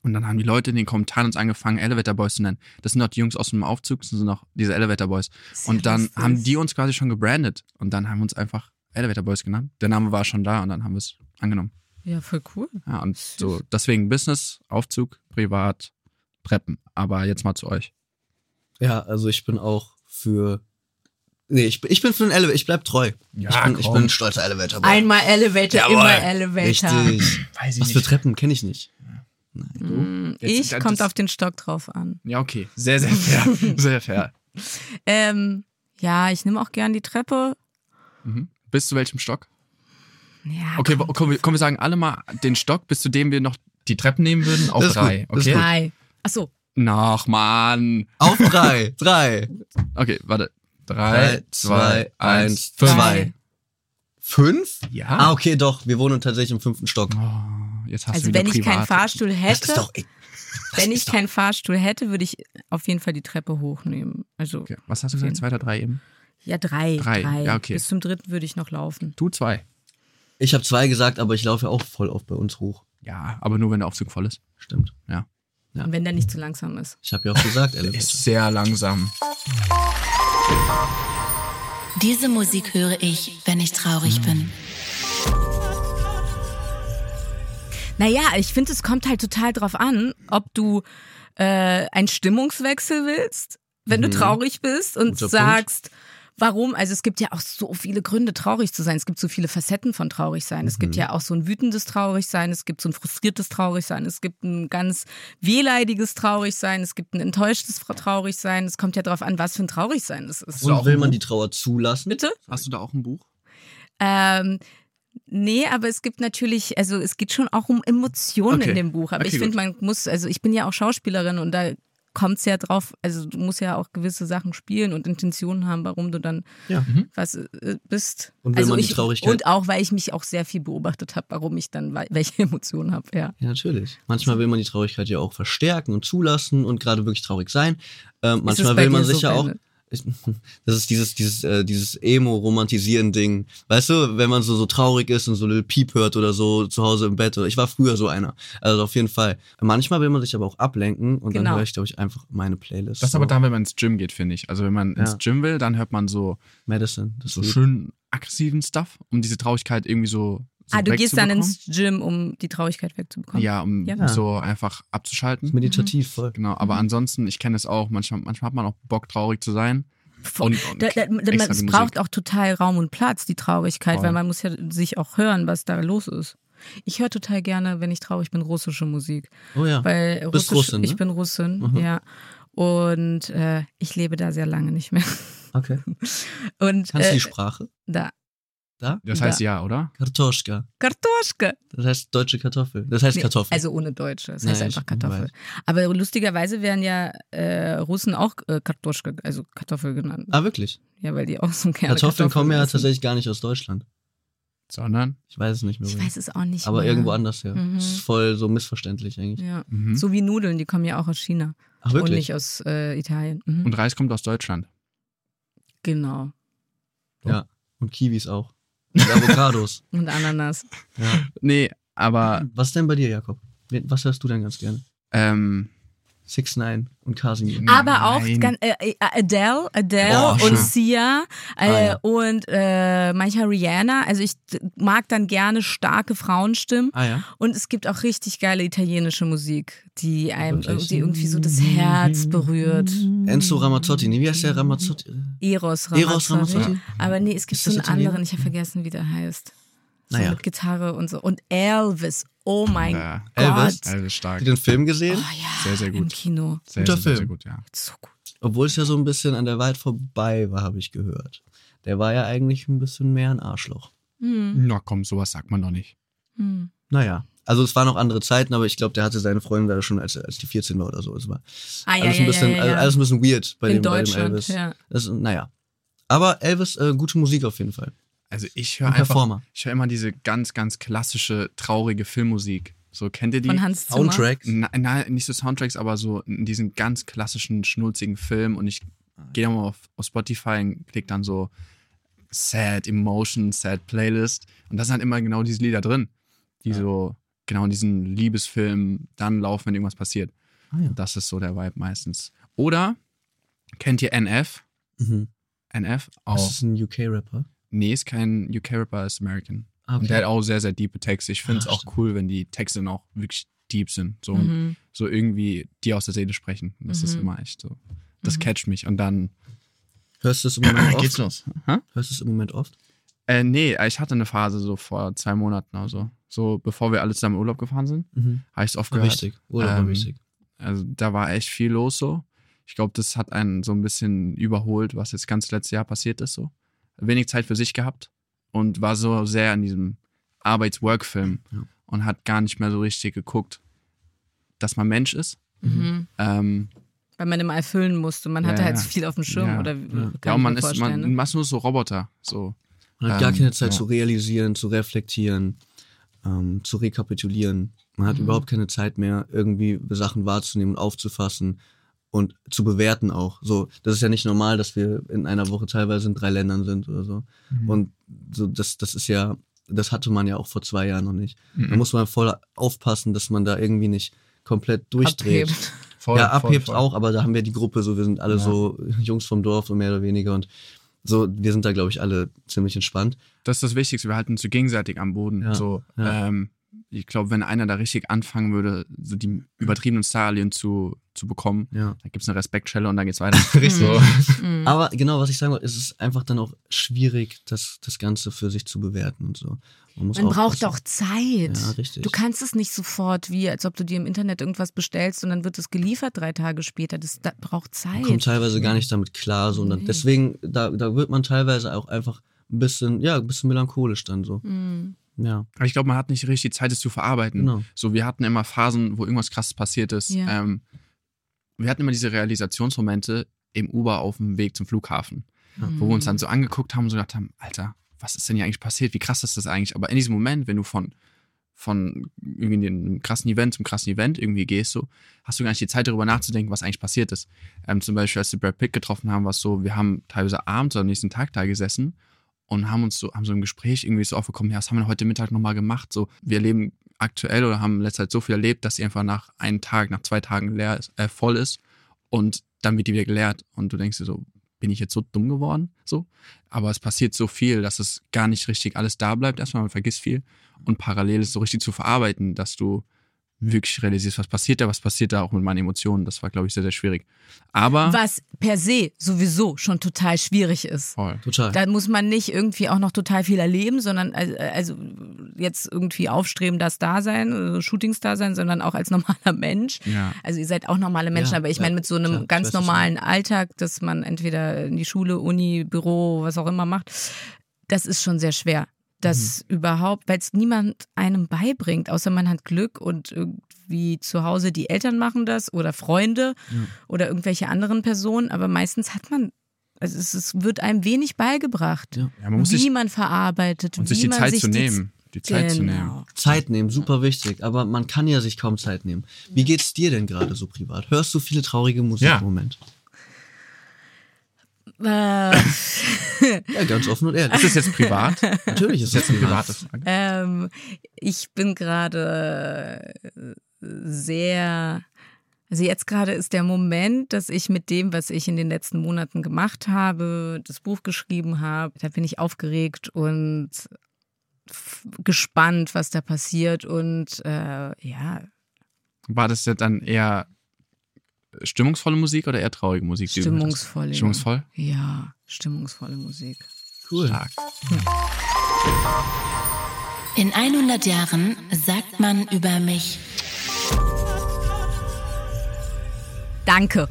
[SPEAKER 6] Und dann haben die Leute in den Kommentaren uns angefangen, Elevator Boys zu nennen. Das sind doch die Jungs aus dem Aufzug, das sind noch diese Elevator Boys.
[SPEAKER 2] Sehr
[SPEAKER 6] Und dann
[SPEAKER 2] lustig.
[SPEAKER 6] haben die uns quasi schon gebrandet. Und dann haben wir uns einfach Elevator Boys genannt. Der Name war schon da und dann haben wir es angenommen.
[SPEAKER 2] Ja, voll cool.
[SPEAKER 6] Ja, und so, deswegen Business, Aufzug, privat, Treppen. Aber jetzt mal zu euch.
[SPEAKER 5] Ja, also ich bin auch für. Nee, ich, bin- ich bin für den Elevator. Ich bleib treu.
[SPEAKER 6] Ja,
[SPEAKER 5] ich, bin, ich
[SPEAKER 6] komm.
[SPEAKER 5] bin ein stolzer Elevator.
[SPEAKER 2] Einmal Elevator,
[SPEAKER 5] Jawohl.
[SPEAKER 2] immer Elevator.
[SPEAKER 5] Richtig.
[SPEAKER 6] Weiß
[SPEAKER 5] Was für Treppen kenne ich nicht.
[SPEAKER 2] Hm,
[SPEAKER 6] Jetzt-
[SPEAKER 2] Ich
[SPEAKER 6] das-
[SPEAKER 2] kommt auf den Stock drauf an.
[SPEAKER 6] Ja, okay. Sehr, sehr fair. [laughs] sehr fair.
[SPEAKER 2] Ähm, ja, ich nehme auch gern die Treppe.
[SPEAKER 6] Mhm. Bis zu welchem Stock?
[SPEAKER 3] Ah,
[SPEAKER 2] Ja,
[SPEAKER 6] Okay, wo- komm, wir, komm, wir sagen alle mal den Stock, bis zu dem wir noch die Treppen nehmen würden, auf
[SPEAKER 5] Das ist gut,
[SPEAKER 6] drei.
[SPEAKER 5] das ist
[SPEAKER 6] Okay.
[SPEAKER 2] drei. Achso,
[SPEAKER 6] Nach, Mann.
[SPEAKER 5] Auf
[SPEAKER 6] [laughs]
[SPEAKER 5] drei. drei.
[SPEAKER 6] Okay, warte. Drei, zwei, eins,
[SPEAKER 5] zwei. Fünf? Ah,
[SPEAKER 6] Ja.
[SPEAKER 5] okay, doch. Wir wohnen tatsächlich im fünften Stock.
[SPEAKER 6] Oh, jetzt hast du
[SPEAKER 2] also
[SPEAKER 6] wieder
[SPEAKER 2] wenn ich keinen
[SPEAKER 6] privat.
[SPEAKER 2] Fahrstuhl
[SPEAKER 5] Das
[SPEAKER 2] hätte,
[SPEAKER 5] ist doch. Ey,
[SPEAKER 2] wenn ich keinen Fahrstuhl hätte, würde ich auf jeden Fall die Treppe hochnehmen. Also
[SPEAKER 6] Okay. Was hast du gesagt? Zwei oder drei eben?
[SPEAKER 2] ja, drei,
[SPEAKER 6] Drei,
[SPEAKER 2] drei.
[SPEAKER 6] ja, okay.
[SPEAKER 2] Bis zum dritten würde ich noch laufen.
[SPEAKER 6] Du zwei.
[SPEAKER 5] ich habe zwei gesagt, aber ich laufe ja auch voll oft bei uns hoch.
[SPEAKER 6] Ja, aber nur wenn der Aufzug voll ist.
[SPEAKER 5] Stimmt. Ja.
[SPEAKER 2] Und wenn der nicht zu langsam ist.
[SPEAKER 5] Ich habe ja auch gesagt,
[SPEAKER 6] [laughs]
[SPEAKER 5] Elevator.
[SPEAKER 6] Ist sehr langsam.
[SPEAKER 4] Diese Musik höre ich, wenn ich traurig bin.
[SPEAKER 2] Naja, ich finde, es kommt halt total drauf an, ob du äh, einen Stimmungswechsel willst, wenn du traurig bist und
[SPEAKER 5] Mhm. Guter Punkt.
[SPEAKER 2] sagst, warum? Also es gibt ja auch so viele Gründe, traurig zu sein. Es gibt so viele Facetten von traurig sein. Es gibt
[SPEAKER 5] Mhm.
[SPEAKER 2] ja auch so ein wütendes Traurigsein, es gibt so ein frustriertes Traurigsein, es gibt ein ganz wehleidiges Traurigsein, es gibt ein enttäuschtes Traurigsein. Es kommt ja drauf an, was für ein Traurigsein es ist.
[SPEAKER 5] Und will man die Trauer zulassen?
[SPEAKER 2] Bitte?
[SPEAKER 6] Hast du da auch ein Buch?
[SPEAKER 2] Ähm, nee, aber es gibt natürlich, also es geht schon auch um Emotionen
[SPEAKER 6] Okay.
[SPEAKER 2] in dem Buch. Aber
[SPEAKER 6] Okay,
[SPEAKER 2] ich finde, man muss, also ich bin ja auch Schauspielerin und da kommt es ja drauf, also du musst ja auch gewisse Sachen spielen und Intentionen haben, warum du dann
[SPEAKER 5] Ja.
[SPEAKER 2] was äh, bist.
[SPEAKER 5] Und will
[SPEAKER 2] also
[SPEAKER 5] man die
[SPEAKER 2] ich,
[SPEAKER 5] Traurigkeit-
[SPEAKER 2] Und auch, weil ich mich auch sehr viel beobachtet habe, warum ich dann wei- [laughs] welche Emotionen habe, ja.
[SPEAKER 5] Ja, natürlich.
[SPEAKER 2] Also
[SPEAKER 5] Manchmal will man die Traurigkeit ja auch verstärken und zulassen und gerade wirklich traurig sein. Ähm,
[SPEAKER 2] Ist es
[SPEAKER 5] manchmal
[SPEAKER 2] bei
[SPEAKER 5] will man
[SPEAKER 2] dir
[SPEAKER 5] sich
[SPEAKER 2] so,
[SPEAKER 5] ja auch.
[SPEAKER 2] Benne?
[SPEAKER 5] ich, [laughs] das ist dieses, dieses, äh, dieses Emo-Romantisieren-Ding. Weißt du, wenn man so, so traurig ist und so Lil Peep hört oder so zu Hause im Bett. Oder ich war früher so einer. Also auf jeden Fall. Manchmal will man sich aber auch ablenken und dann
[SPEAKER 2] Genau.
[SPEAKER 5] höre ich, glaube ich, einfach meine Playlist.
[SPEAKER 3] Das ist
[SPEAKER 5] so.
[SPEAKER 3] aber dann, wenn man ins Gym geht, finde ich. Also wenn man
[SPEAKER 5] Ja.
[SPEAKER 3] ins Gym will, dann hört man so,
[SPEAKER 5] Medicine. Das
[SPEAKER 3] so
[SPEAKER 5] Lied.
[SPEAKER 3] schön aggressiven Stuff, um diese Traurigkeit irgendwie so. so
[SPEAKER 2] ah, du gehst dann
[SPEAKER 3] wegzubekommen.
[SPEAKER 2] ins Gym, um die Traurigkeit wegzubekommen.
[SPEAKER 3] Ja, um
[SPEAKER 2] Ja.
[SPEAKER 3] so einfach abzuschalten.
[SPEAKER 5] Meditativ voll.
[SPEAKER 3] Genau, aber ansonsten, ich kenne es auch, manchmal, manchmal hat man auch Bock, traurig zu sein.
[SPEAKER 2] Voll.
[SPEAKER 3] Und, und
[SPEAKER 2] Da, da, da,
[SPEAKER 3] extra
[SPEAKER 2] es
[SPEAKER 3] die
[SPEAKER 2] braucht
[SPEAKER 3] Musik.
[SPEAKER 2] auch total Raum und Platz, die Traurigkeit,
[SPEAKER 3] Voll.
[SPEAKER 2] weil man muss ja sich auch hören, was da los ist. Ich höre total gerne, wenn ich traurig bin, russische Musik.
[SPEAKER 5] Oh ja.
[SPEAKER 2] Weil
[SPEAKER 5] bist
[SPEAKER 2] Russisch-
[SPEAKER 5] Russin, ne?
[SPEAKER 2] Ich bin Russin, ja. Und äh, ich lebe da sehr lange nicht mehr. [laughs]
[SPEAKER 5] Okay.
[SPEAKER 2] Und
[SPEAKER 5] Kannst du
[SPEAKER 2] äh,
[SPEAKER 5] die Sprache?
[SPEAKER 2] da.
[SPEAKER 5] Da?
[SPEAKER 3] Das heißt ja, oder?
[SPEAKER 5] Kartoschka.
[SPEAKER 2] Kartoschka.
[SPEAKER 5] Das heißt deutsche Kartoffel. Das heißt
[SPEAKER 2] Nee,
[SPEAKER 5] Kartoffel.
[SPEAKER 2] Also ohne Deutsche. Das
[SPEAKER 5] Nein,
[SPEAKER 2] heißt einfach
[SPEAKER 5] ich
[SPEAKER 2] Kartoffel. Aber lustigerweise werden ja äh, Russen auch äh, Kartoschka, also Kartoffel genannt.
[SPEAKER 5] ah, wirklich?
[SPEAKER 2] Ja, weil die auch so gerne
[SPEAKER 5] Kartoffeln kommen ja
[SPEAKER 2] essen.
[SPEAKER 5] tatsächlich gar nicht aus Deutschland.
[SPEAKER 3] Sondern?
[SPEAKER 5] Ich weiß es nicht mehr.
[SPEAKER 2] Ich
[SPEAKER 5] woher.
[SPEAKER 2] weiß es auch nicht.
[SPEAKER 5] aber
[SPEAKER 2] mehr.
[SPEAKER 5] irgendwo Hm? anders her.
[SPEAKER 2] Mhm.
[SPEAKER 5] Das ist voll so missverständlich eigentlich.
[SPEAKER 2] Ja.
[SPEAKER 3] Mhm.
[SPEAKER 2] So wie Nudeln, die kommen ja auch aus China
[SPEAKER 5] Ach,
[SPEAKER 2] und
[SPEAKER 5] wirklich?
[SPEAKER 2] nicht aus äh, Italien. Mhm.
[SPEAKER 3] Und Reis kommt aus Deutschland.
[SPEAKER 2] genau.
[SPEAKER 5] Und Kiwis auch. Und
[SPEAKER 2] [laughs]
[SPEAKER 5] Avocados.
[SPEAKER 2] Und
[SPEAKER 5] [laughs]
[SPEAKER 2] Ananas.
[SPEAKER 5] ja.
[SPEAKER 3] Nee, aber
[SPEAKER 5] Was denn bei dir, Jakob? Wen- Was hörst du denn ganz gerne?
[SPEAKER 3] ähm,
[SPEAKER 5] Six Nine und Casimir.
[SPEAKER 2] Aber auch
[SPEAKER 3] Nein.
[SPEAKER 2] gan- äh, äh, Adele, Adele
[SPEAKER 5] Oh,
[SPEAKER 2] und
[SPEAKER 5] schön.
[SPEAKER 2] Sia äh,
[SPEAKER 5] Ah, ja.
[SPEAKER 2] und äh, manchmal Rihanna. Also ich d- mag dann gerne starke Frauenstimmen.
[SPEAKER 5] Ah ja.
[SPEAKER 2] Und es gibt auch richtig geile italienische Musik,
[SPEAKER 5] Oh
[SPEAKER 2] die einem
[SPEAKER 5] Wirklich?
[SPEAKER 2] die irgendwie so das Herz berührt.
[SPEAKER 5] Enzo Ramazzotti. Nee, wie heißt der Ramazzotti?
[SPEAKER 2] Eros Ramazzotti. Mhm.
[SPEAKER 5] Eros Ramazzotti?
[SPEAKER 2] Aber nee, es gibt
[SPEAKER 5] Ist
[SPEAKER 2] so
[SPEAKER 5] das
[SPEAKER 2] einen
[SPEAKER 5] Italiener?
[SPEAKER 2] anderen, ich habe vergessen, wie der heißt. So
[SPEAKER 5] Naja.
[SPEAKER 2] mit Gitarre und so. Und Elvis. Oh mein
[SPEAKER 3] äh,
[SPEAKER 5] Elvis?
[SPEAKER 2] Gott.
[SPEAKER 3] Elvis stark.
[SPEAKER 5] Hast du den Film
[SPEAKER 2] Oh
[SPEAKER 5] gesehen?
[SPEAKER 2] ja,
[SPEAKER 3] Sehr, sehr
[SPEAKER 2] im
[SPEAKER 3] gut.
[SPEAKER 2] Kino.
[SPEAKER 3] Sehr,
[SPEAKER 5] Guter
[SPEAKER 3] sehr, sehr,
[SPEAKER 5] Film.
[SPEAKER 3] sehr gut, ja.
[SPEAKER 2] So gut.
[SPEAKER 5] Obwohl es ja so ein bisschen an der Wahrheit vorbei war, habe ich gehört. Der war ja eigentlich ein bisschen mehr ein Arschloch.
[SPEAKER 2] Hm.
[SPEAKER 3] Na komm, sowas sagt man doch nicht.
[SPEAKER 2] Hm.
[SPEAKER 5] Naja. Also es waren auch andere Zeiten, aber ich glaube, der hatte seine Freundin da schon, als, als die 14 war oder so. Es war
[SPEAKER 2] Ah, ja,
[SPEAKER 5] alles,
[SPEAKER 2] ja,
[SPEAKER 5] ein bisschen,
[SPEAKER 2] ja, ja,
[SPEAKER 5] also
[SPEAKER 2] ja.
[SPEAKER 5] alles ein bisschen weird bei,
[SPEAKER 2] In
[SPEAKER 5] dem, bei dem
[SPEAKER 2] Deutschland,
[SPEAKER 5] Elvis.
[SPEAKER 2] ja.
[SPEAKER 5] Das, naja. Aber Elvis, äh, gute Musik auf jeden Fall.
[SPEAKER 3] Also ich höre
[SPEAKER 5] Ein
[SPEAKER 3] einfach,
[SPEAKER 5] Performer.
[SPEAKER 3] ich höre immer diese ganz, ganz klassische, traurige Filmmusik. So, kennt ihr die?
[SPEAKER 2] Von Hans Zimmer.
[SPEAKER 5] Soundtracks.
[SPEAKER 3] Nein, nein, nicht so Soundtracks, aber so in diesen ganz klassischen, schnulzigen Film. Und ich
[SPEAKER 5] Ah,
[SPEAKER 3] gehe dann mal auf, auf Spotify und klicke dann so Sad Emotion, Sad Playlist. Und da sind halt immer genau diese Lieder drin, die so genau in diesen Liebesfilm dann laufen, wenn irgendwas passiert.
[SPEAKER 5] Ah, ja.
[SPEAKER 3] Das ist so der Vibe meistens. Oder kennt ihr NF?
[SPEAKER 5] Mhm.
[SPEAKER 3] NF?
[SPEAKER 5] Das
[SPEAKER 3] Auch.
[SPEAKER 5] ist ein UK-Rapper.
[SPEAKER 3] Nee, ist kein UK-Rapper, ist American.
[SPEAKER 5] Ah,
[SPEAKER 3] Und der hat auch sehr, sehr diepe Texte. Ich finde es
[SPEAKER 5] Ah,
[SPEAKER 3] auch cool, wenn die Texte dann auch wirklich deep sind. So,
[SPEAKER 2] Mhm.
[SPEAKER 3] so irgendwie die aus der Seele sprechen. Das ist
[SPEAKER 2] Mhm.
[SPEAKER 3] immer echt so. Das catcht mich. Und dann
[SPEAKER 5] Hörst du es im Moment
[SPEAKER 3] [clears throat]
[SPEAKER 5] oft?
[SPEAKER 3] los. Hä?
[SPEAKER 5] Hörst du es im Moment oft?
[SPEAKER 3] Äh, nee, ich hatte eine Phase so vor zwei Monaten oder so. So bevor wir alle zusammen in Urlaub gefahren sind,
[SPEAKER 5] Mhm.
[SPEAKER 3] habe ich es oft
[SPEAKER 5] War
[SPEAKER 3] gehört.
[SPEAKER 5] wichtig. Urlaub war
[SPEAKER 3] Ähm,
[SPEAKER 5] wichtig.
[SPEAKER 3] Also da war echt viel los so. Ich glaube, das hat einen so ein bisschen überholt, was jetzt ganz letztes Jahr passiert ist so. Wenig Zeit für sich gehabt und war so sehr in diesem Arbeits-Work-Film
[SPEAKER 5] Ja.
[SPEAKER 3] und hat gar nicht mehr so richtig geguckt, dass man Mensch ist.
[SPEAKER 2] Mhm.
[SPEAKER 3] Ähm,
[SPEAKER 2] Weil man immer erfüllen musste. Man
[SPEAKER 3] Ja,
[SPEAKER 2] hatte halt
[SPEAKER 3] ja.
[SPEAKER 2] viel auf dem Schirm.
[SPEAKER 3] Ja.
[SPEAKER 2] Oder kann
[SPEAKER 3] ja,
[SPEAKER 2] ich
[SPEAKER 3] und man
[SPEAKER 2] mir
[SPEAKER 3] ist,
[SPEAKER 2] vorstellen,
[SPEAKER 3] man,
[SPEAKER 2] ne?
[SPEAKER 3] man ist nur so Roboter. So.
[SPEAKER 5] Man hat gar
[SPEAKER 3] ähm,
[SPEAKER 5] keine Zeit
[SPEAKER 3] ja.
[SPEAKER 5] zu realisieren, zu reflektieren, ähm, zu rekapitulieren. Man
[SPEAKER 3] Mhm.
[SPEAKER 5] hat überhaupt keine Zeit mehr, irgendwie Sachen wahrzunehmen und aufzufassen und zu bewerten auch. So, das ist ja nicht normal, dass wir in einer Woche teilweise in drei Ländern sind oder so.
[SPEAKER 3] Mhm.
[SPEAKER 5] Und so, das, das ist ja, das hatte man ja auch vor zwei Jahren noch nicht.
[SPEAKER 3] Mhm.
[SPEAKER 5] Da muss man voll aufpassen, dass man da irgendwie nicht komplett durchdreht.
[SPEAKER 2] Abhebt.
[SPEAKER 3] Voll,
[SPEAKER 5] ja,
[SPEAKER 3] voll,
[SPEAKER 5] abhebt
[SPEAKER 3] voll.
[SPEAKER 5] auch, aber da haben wir die Gruppe, so wir sind alle
[SPEAKER 3] Ja.
[SPEAKER 5] so [laughs] Jungs vom Dorf und mehr oder weniger und so, wir sind da, glaube ich, alle ziemlich entspannt.
[SPEAKER 3] Das ist das Wichtigste. Wir halten uns so gegenseitig am Boden.
[SPEAKER 5] Ja,
[SPEAKER 3] So,
[SPEAKER 5] ja.
[SPEAKER 3] Ähm, ich glaube, wenn einer da richtig anfangen würde, so die übertriebenen Staralien zu, zu bekommen,
[SPEAKER 5] Ja.
[SPEAKER 3] da gibt es eine Respektschelle und dann geht's [laughs] weiter.
[SPEAKER 2] Mhm.
[SPEAKER 3] So. [laughs]
[SPEAKER 2] Mhm.
[SPEAKER 5] [laughs] Aber genau, was ich sagen wollte, es ist einfach dann auch schwierig, das, das Ganze für sich zu bewerten und so. Man, muss
[SPEAKER 2] Man braucht
[SPEAKER 5] aufpassen.
[SPEAKER 2] doch Zeit.
[SPEAKER 5] Ja, richtig.
[SPEAKER 2] Du kannst es nicht sofort, wie als ob du dir im Internet irgendwas bestellst und dann wird es geliefert drei Tage später. Das da, braucht
[SPEAKER 5] Man kommt
[SPEAKER 2] Zeit.
[SPEAKER 5] teilweise gar nicht damit klar. So. Und dann,
[SPEAKER 2] Nee.
[SPEAKER 5] Deswegen, da, da wird man teilweise auch einfach ein bisschen, ja, ein bisschen melancholisch dann so.
[SPEAKER 2] Mhm.
[SPEAKER 5] Ja.
[SPEAKER 3] Aber ich glaube, man hat nicht richtig Zeit, es zu verarbeiten.
[SPEAKER 5] Genau.
[SPEAKER 3] So, wir hatten immer Phasen, wo irgendwas krasses passiert ist.
[SPEAKER 2] Ja.
[SPEAKER 3] Ähm, wir hatten immer diese Realisationsmomente im Uber auf dem Weg zum Flughafen, wo wir
[SPEAKER 2] Mhm.
[SPEAKER 3] uns dann so angeguckt haben und so gedacht haben, Alter, was ist denn hier eigentlich passiert? Wie krass ist das eigentlich? Aber in diesem Moment, wenn du von von irgendwie einem krassen Event zum krassen Event irgendwie gehst, so, hast du gar nicht die Zeit darüber nachzudenken, was eigentlich passiert ist. Ähm, zum Beispiel, als wir Brad Pitt getroffen haben, war es so, wir haben teilweise abends oder am nächsten Tag da gesessen und haben uns so, haben so im Gespräch irgendwie so aufgekommen, ja, was haben wir heute Mittag nochmal gemacht? So, wir leben aktuell oder haben in letzter Zeit so viel erlebt, dass sie einfach nach einem Tag, nach zwei Tagen leer ist, äh, voll ist und dann wird die wieder geleert. Und du denkst dir so, bin ich jetzt so dumm geworden? So. Aber es passiert so viel, dass es gar nicht richtig alles da bleibt. Erstmal, man vergisst viel. Und parallel ist so richtig zu verarbeiten, dass du wirklich realisierst, was passiert da, was passiert da auch mit meinen Emotionen. Das war, glaube ich, sehr, sehr schwierig. Aber
[SPEAKER 2] Was per se sowieso schon total schwierig ist.
[SPEAKER 3] voll.
[SPEAKER 5] Total.
[SPEAKER 2] Da muss man nicht irgendwie auch noch total viel erleben, sondern also- also jetzt irgendwie aufstreben, das Dasein, also Shootings da sein, sondern auch als normaler Mensch.
[SPEAKER 3] Ja.
[SPEAKER 2] Also ihr seid auch normale Menschen,
[SPEAKER 5] Ja,
[SPEAKER 2] aber ich
[SPEAKER 5] ja,
[SPEAKER 2] meine mit so einem
[SPEAKER 5] klar, ich
[SPEAKER 2] ganz
[SPEAKER 5] weiß, was du
[SPEAKER 2] normalen Alltag, dass man entweder in die Schule, Uni, Büro, was auch immer macht, das ist schon sehr schwer. Das überhaupt, weil es niemand einem beibringt, außer man hat Glück und irgendwie zu Hause die Eltern machen das oder Freunde oder irgendwelche anderen Personen, aber meistens hat man, also es, ist- wird einem wenig beigebracht,
[SPEAKER 5] Ja.
[SPEAKER 3] Ja, man muss
[SPEAKER 2] wie
[SPEAKER 3] sich,
[SPEAKER 2] man verarbeitet,
[SPEAKER 3] und
[SPEAKER 2] wie
[SPEAKER 3] sich die
[SPEAKER 2] man
[SPEAKER 3] Zeit
[SPEAKER 2] sich
[SPEAKER 3] zu
[SPEAKER 2] die-
[SPEAKER 3] nehmen. Die Zeit zu nehmen.
[SPEAKER 2] Genau.
[SPEAKER 5] Zeit nehmen, super wichtig, aber man kann ja sich kaum Zeit nehmen. Wie geht's dir denn gerade so privat? Hörst du viele traurige Musik
[SPEAKER 3] Ja.
[SPEAKER 5] im Moment?
[SPEAKER 2] Äh,
[SPEAKER 5] Ja, ganz offen
[SPEAKER 2] [laughs]
[SPEAKER 5] und
[SPEAKER 3] Ist
[SPEAKER 5] ehrlich.
[SPEAKER 3] das jetzt privat?
[SPEAKER 5] Natürlich ist
[SPEAKER 3] Das
[SPEAKER 5] das
[SPEAKER 3] ist jetzt eine
[SPEAKER 5] privat.
[SPEAKER 3] private Frage.
[SPEAKER 2] Ähm, ich bin gerade äh, sehr. Also jetzt gerade ist der Moment, dass ich mit dem, was ich in den letzten Monaten gemacht habe, das Buch geschrieben habe, da bin ich aufgeregt und f- gespannt, was da passiert. Und äh, ja,
[SPEAKER 3] War das jetzt dann eher stimmungsvolle Musik oder eher traurige Musik? die du gehört hast?
[SPEAKER 2] stimmungsvoll.
[SPEAKER 3] Stimmungsvoll?
[SPEAKER 2] Ja, stimmungsvolle Musik.
[SPEAKER 5] Cool.
[SPEAKER 3] Stark.
[SPEAKER 4] In 100 Jahren sagt man über mich
[SPEAKER 2] Danke.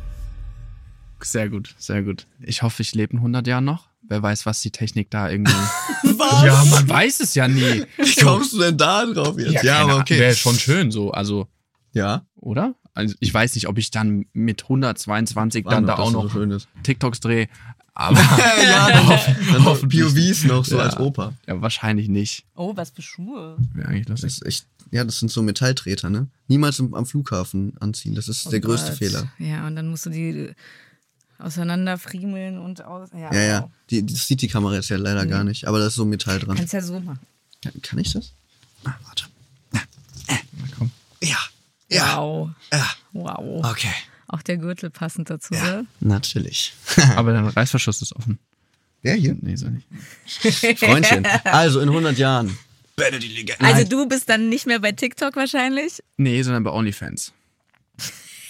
[SPEAKER 3] Sehr gut, sehr gut. Ich hoffe, ich lebe in 100 Jahren noch. Wer weiß, was die Technik da irgendwie.
[SPEAKER 5] Was?
[SPEAKER 3] [laughs] ja, man weiß es ja nie.
[SPEAKER 5] Wie kommst du denn da drauf jetzt?
[SPEAKER 3] keine Ahnung. Wäre schon schön so, also,
[SPEAKER 5] Ja,
[SPEAKER 3] oder? Also, ich weiß nicht, ob ich dann mit 122 dann da auch noch
[SPEAKER 5] Schönes.
[SPEAKER 3] TikToks [laughs] drehe, aber
[SPEAKER 5] [laughs] ja, dann
[SPEAKER 3] [laughs]
[SPEAKER 5] noch, dann [laughs] noch
[SPEAKER 3] Hoffentlich.
[SPEAKER 5] POVs noch so
[SPEAKER 3] Ja.
[SPEAKER 5] als Opa.
[SPEAKER 3] ja, wahrscheinlich nicht.
[SPEAKER 2] Oh, was für Schuhe.
[SPEAKER 3] Wäre eigentlich
[SPEAKER 5] Das
[SPEAKER 3] lustig.
[SPEAKER 5] ist echt, ja, das sind so Metalltreter, ne? Niemals am, am Flughafen anziehen, das ist der größte
[SPEAKER 2] Oh Gott.
[SPEAKER 5] Fehler.
[SPEAKER 2] Ja, und dann musst du die auseinanderfriemeln und aus. Ja,
[SPEAKER 5] Ja,
[SPEAKER 2] wow. Mhm.
[SPEAKER 5] ja, die, das sieht die Kamera jetzt ja leider gar nicht, aber da ist so Metall dran.
[SPEAKER 2] Kannst ja so machen.
[SPEAKER 5] Kann, kann ich das? Ah, warte.
[SPEAKER 3] Na komm.
[SPEAKER 5] Ja, ja,
[SPEAKER 2] Wow.
[SPEAKER 5] ja.
[SPEAKER 2] Wow.
[SPEAKER 5] Okay.
[SPEAKER 2] Auch der Gürtel passend dazu, ne?
[SPEAKER 5] Natürlich.
[SPEAKER 3] Aber dein Reißverschluss ist offen.
[SPEAKER 5] Der hier?
[SPEAKER 3] Nee, so
[SPEAKER 5] [laughs]
[SPEAKER 3] nicht.
[SPEAKER 5] Freundchen. Also in 100 Jahren.
[SPEAKER 2] Also du bist dann nicht mehr bei TikTok wahrscheinlich [laughs]
[SPEAKER 3] Nee, sondern bei OnlyFans.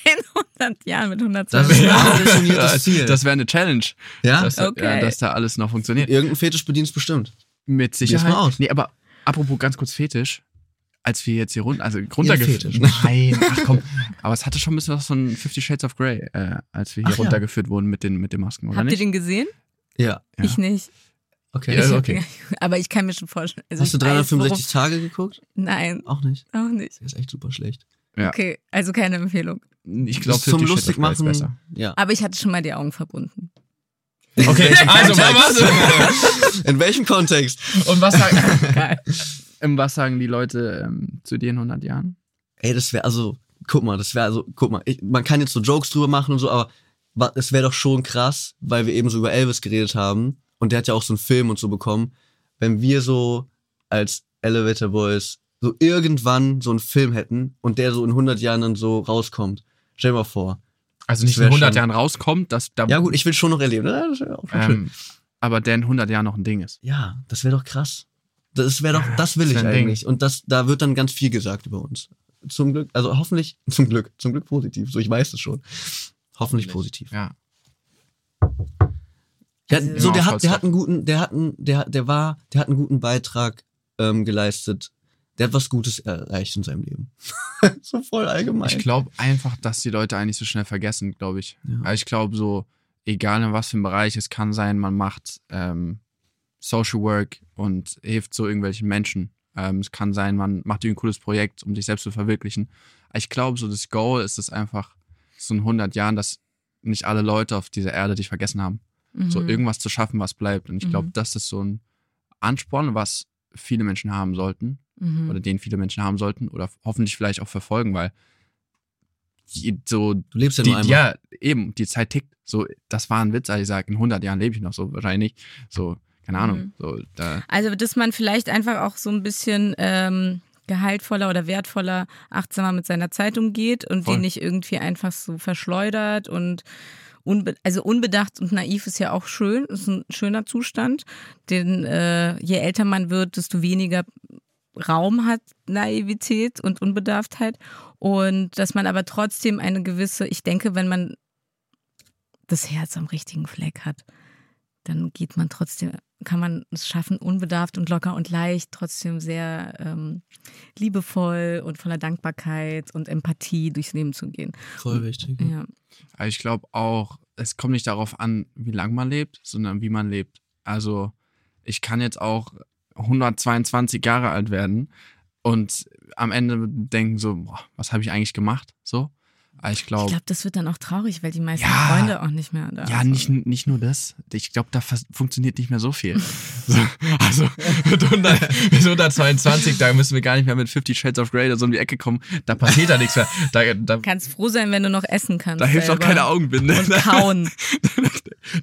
[SPEAKER 2] in 100 Jahren mit 120.
[SPEAKER 5] Das ist ein ambitioniertes Ziel.
[SPEAKER 3] [laughs] Das wäre eine Challenge.
[SPEAKER 5] Ja?
[SPEAKER 3] Dass, da-
[SPEAKER 2] Okay.
[SPEAKER 3] ja, dass da alles noch funktioniert.
[SPEAKER 5] Irgendein Fetisch bedienst bestimmt.
[SPEAKER 3] Mit Sicherheit.
[SPEAKER 5] mal aus.
[SPEAKER 3] Nee, aber apropos ganz kurz Fetisch, als wir jetzt hier rund, also runtergeführt.
[SPEAKER 5] Fetisch.
[SPEAKER 3] Nein, ach komm. Aber es hatte schon ein bisschen was von Fifty Shades of Grey, äh, als wir hier
[SPEAKER 5] Ach ja.
[SPEAKER 3] runtergeführt wurden mit den, mit den Masken, oder
[SPEAKER 2] Habt ihr
[SPEAKER 3] nicht?
[SPEAKER 2] den gesehen?
[SPEAKER 5] [laughs] Ja.
[SPEAKER 2] Ich nicht.
[SPEAKER 5] Okay.
[SPEAKER 3] Ja,
[SPEAKER 2] ich hab
[SPEAKER 3] okay.
[SPEAKER 2] den- aber ich kann mir schon vorstellen. Also
[SPEAKER 5] Hast du
[SPEAKER 2] ich weiß,
[SPEAKER 5] 365 Tage geguckt?
[SPEAKER 2] worum- Nein,
[SPEAKER 5] Auch nicht.
[SPEAKER 2] auch nicht.
[SPEAKER 5] Der ist echt super schlecht.
[SPEAKER 3] Ja.
[SPEAKER 2] Okay, also keine Empfehlung.
[SPEAKER 3] Ich
[SPEAKER 5] Das
[SPEAKER 3] glaube,
[SPEAKER 5] ist zum
[SPEAKER 3] Fifty Shades
[SPEAKER 5] lustig
[SPEAKER 3] of Grey ist
[SPEAKER 5] machen.
[SPEAKER 3] besser.
[SPEAKER 5] Ja.
[SPEAKER 2] Aber ich hatte schon mal die Augen verbunden.
[SPEAKER 3] Okay, also
[SPEAKER 5] Kontext?
[SPEAKER 3] was?
[SPEAKER 5] [laughs] In welchem Kontext?
[SPEAKER 3] Und was
[SPEAKER 2] Geil.
[SPEAKER 3] [laughs] sagen, Ähm, was sagen die Leute ähm, zu dir in 100 Jahren?
[SPEAKER 5] Ey, das wäre also, guck mal, das wäre also, guck mal, ich, man kann jetzt so Jokes drüber machen und so, aber wa- es wäre doch schon krass, weil wir eben so über Elvis geredet haben und der hat ja auch so einen Film und so bekommen, wenn wir so als Elevator Boys so irgendwann so einen Film hätten und der so in 100 Jahren dann so rauskommt. Stell dir mal vor.
[SPEAKER 3] Also nicht
[SPEAKER 5] Das wär
[SPEAKER 3] in 100
[SPEAKER 5] schon-
[SPEAKER 3] Jahren rauskommt, dass da,
[SPEAKER 5] Ja gut, ich will schon noch erleben. Ja, Das wäre auch schon schön.
[SPEAKER 3] ähm, aber der in 100 Jahren noch ein Ding ist.
[SPEAKER 5] Ja, das wäre doch krass. Das wäre doch, das will
[SPEAKER 3] das wär
[SPEAKER 5] ich
[SPEAKER 3] ein Ding.
[SPEAKER 5] eigentlich. Und das, da wird dann ganz viel gesagt über uns. Zum Glück, also hoffentlich, [laughs] zum Glück, zum Glück positiv. So, ich weiß es schon. Hoffentlich positiv.
[SPEAKER 3] Ja.
[SPEAKER 5] Der, hat-
[SPEAKER 2] Also-
[SPEAKER 5] so, der
[SPEAKER 3] Immer
[SPEAKER 5] hat,
[SPEAKER 3] auf
[SPEAKER 5] der
[SPEAKER 3] Holz
[SPEAKER 5] hat einen guten, der hat einen, der, der war, der hat einen guten Beitrag ähm, geleistet. Der hat was Gutes erreicht in seinem Leben. [laughs] so voll allgemein.
[SPEAKER 3] Ich glaube einfach, dass die Leute eigentlich so schnell vergessen, glaube ich.
[SPEAKER 5] Ja.
[SPEAKER 3] Also ich glaube so, egal in was für einem Bereich, es kann sein, man macht ähm, Social Work und hilft so irgendwelchen Menschen. Ähm, es kann sein, man macht irgendwie ein cooles Projekt, um sich selbst zu verwirklichen. Aber Ich glaube so, das Goal ist es einfach, so in 100 Jahren, dass nicht alle Leute auf dieser Erde dich vergessen haben. So
[SPEAKER 2] Mhm.
[SPEAKER 3] irgendwas zu schaffen, was bleibt. Und ich glaube,
[SPEAKER 2] Mhm.
[SPEAKER 3] das ist so ein Ansporn, was viele Menschen haben sollten.
[SPEAKER 2] Mhm.
[SPEAKER 3] oder den viele Menschen haben sollten oder hoffentlich vielleicht auch verfolgen, weil je- so
[SPEAKER 5] Du lebst ja
[SPEAKER 3] die,
[SPEAKER 5] nur einmal.
[SPEAKER 3] ja, eben, die Zeit tickt. So, das war ein Witz, also ich sage, in 100 Jahren lebe ich noch so, wahrscheinlich. So, keine Ahnung.
[SPEAKER 2] Mhm.
[SPEAKER 3] So, da,
[SPEAKER 2] Also, dass man vielleicht einfach auch so ein bisschen ähm, gehaltvoller oder wertvoller, achtsamer mit seiner Zeit umgeht und
[SPEAKER 3] Voll.
[SPEAKER 2] die nicht irgendwie einfach so verschleudert und unbe also unbedacht und naiv ist ja auch schön, ist ein schöner Zustand. Denn äh, je älter man wird, desto weniger Raum hat Naivität und Unbedarftheit. Und dass man aber trotzdem eine gewisse, ich denke, wenn man das Herz am richtigen Fleck hat, dann geht man trotzdem, kann man es schaffen, unbedarft und locker und leicht, trotzdem sehr ähm, liebevoll und voller Dankbarkeit und Empathie durchs Leben zu gehen.
[SPEAKER 5] Voll wichtig.
[SPEAKER 3] Mhm.
[SPEAKER 2] Ja.
[SPEAKER 3] aber Also ich glaube auch, es kommt nicht darauf an, wie lange man lebt, sondern wie man lebt. Also, ich kann jetzt auch 122 Jahre alt werden und am Ende denken so, boah, was habe ich eigentlich gemacht? So, aber ich
[SPEAKER 2] Ich
[SPEAKER 3] glaube.
[SPEAKER 2] glaube, das wird dann auch traurig, weil die meisten
[SPEAKER 3] Ja.
[SPEAKER 2] Freunde auch nicht mehr da
[SPEAKER 3] Ja,
[SPEAKER 2] sind.
[SPEAKER 5] also
[SPEAKER 3] nicht, nicht nur das. Ich glaube, da fas- funktioniert nicht mehr
[SPEAKER 5] [laughs]
[SPEAKER 3] so viel. So, [laughs] also mit [laughs] 100, mit 122, da müssen wir gar nicht mehr mit 50 Shades of Grey oder so um die Ecke kommen. Da passiert da nichts mehr. Da, da,
[SPEAKER 2] Kannst froh sein, wenn du noch essen kannst.
[SPEAKER 3] da hilft auch
[SPEAKER 2] selber.
[SPEAKER 3] keine Augenbinde. [laughs]
[SPEAKER 2] Und kauen.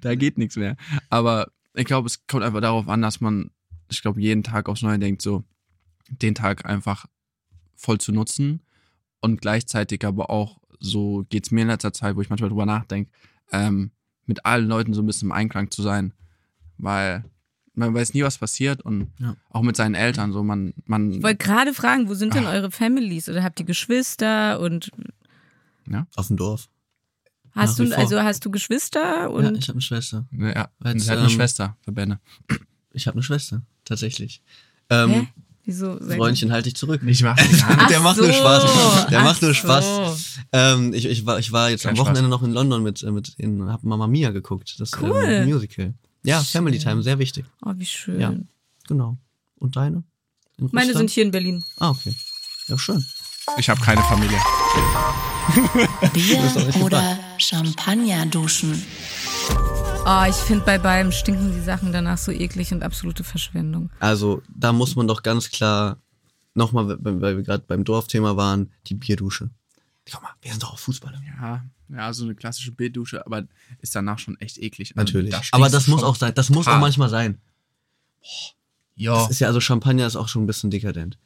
[SPEAKER 3] da geht nichts mehr. Aber ich glaube, es kommt einfach darauf an, dass man, ich glaube, jeden Tag aufs Neue denkt, so den Tag einfach voll zu nutzen und gleichzeitig aber auch, so geht's mir in letzter Zeit, wo ich manchmal drüber nachdenke, ähm, mit allen Leuten so ein bisschen im Einklang zu sein, weil man weiß nie, was passiert und
[SPEAKER 5] Ja.
[SPEAKER 3] auch mit seinen Eltern, so man, man,
[SPEAKER 2] Ich wollte gerade fragen, wo sind denn
[SPEAKER 3] Ah.
[SPEAKER 2] eure Families? Oder habt ihr Geschwister? Und
[SPEAKER 5] Auf dem Dorf. Nach
[SPEAKER 2] hast
[SPEAKER 5] wie
[SPEAKER 2] du,
[SPEAKER 5] vor.
[SPEAKER 2] also hast du Geschwister? Und
[SPEAKER 5] ja, ich habe eine Schwester.
[SPEAKER 3] ja,
[SPEAKER 5] Jetzt,
[SPEAKER 3] sie hat halt eine
[SPEAKER 5] ähm,
[SPEAKER 3] Schwester, Verbände.
[SPEAKER 5] Ich habe eine Schwester, tatsächlich.
[SPEAKER 2] hä?
[SPEAKER 5] Ähm,
[SPEAKER 2] Wieso? seid ihr-
[SPEAKER 5] Freundchen, halte ich zurück.
[SPEAKER 3] Ich mach das gar
[SPEAKER 5] [laughs]
[SPEAKER 3] nicht.
[SPEAKER 5] Der
[SPEAKER 2] Ach
[SPEAKER 5] macht
[SPEAKER 2] so,
[SPEAKER 5] nur Spaß. Der
[SPEAKER 2] ach
[SPEAKER 5] macht nur Spaß.
[SPEAKER 2] so.
[SPEAKER 5] Ähm, ich, ich, war, ich war jetzt
[SPEAKER 3] Kein
[SPEAKER 5] am
[SPEAKER 3] Spaß.
[SPEAKER 5] Wochenende noch in London mit, äh, mit in, hab Mama Mia geguckt. Das
[SPEAKER 2] Cool.
[SPEAKER 5] ähm, Musical. Ja, Family Time, sehr wichtig.
[SPEAKER 2] Oh, wie schön.
[SPEAKER 5] Ja. Genau. Und deine? In
[SPEAKER 2] Meine sind
[SPEAKER 5] Russland?
[SPEAKER 2] hier in Berlin.
[SPEAKER 5] Ah, okay. Ja, schön.
[SPEAKER 3] Ich habe keine Familie.
[SPEAKER 4] Bier oder Champagner duschen.
[SPEAKER 2] Oh, ich finde bei beidem stinken die Sachen danach so eklig und absolute Verschwendung.
[SPEAKER 5] Also, da muss man doch ganz klar, nochmal, weil weil wir gerade beim Dorfthema waren, die Bierdusche. Guck mal, wir sind doch auch Fußballer.
[SPEAKER 3] Ja, ja, so eine klassische Bilddusche, aber ist danach schon echt eklig. Also
[SPEAKER 5] Natürlich.
[SPEAKER 3] da
[SPEAKER 5] Aber
[SPEAKER 3] stinkst
[SPEAKER 5] das
[SPEAKER 3] du
[SPEAKER 5] muss
[SPEAKER 3] schon
[SPEAKER 5] auch sein. Das muss auch
[SPEAKER 3] total.
[SPEAKER 5] manchmal sein.
[SPEAKER 3] Ja.
[SPEAKER 5] Das ist ja, also Champagner ist auch schon ein bisschen dekadent.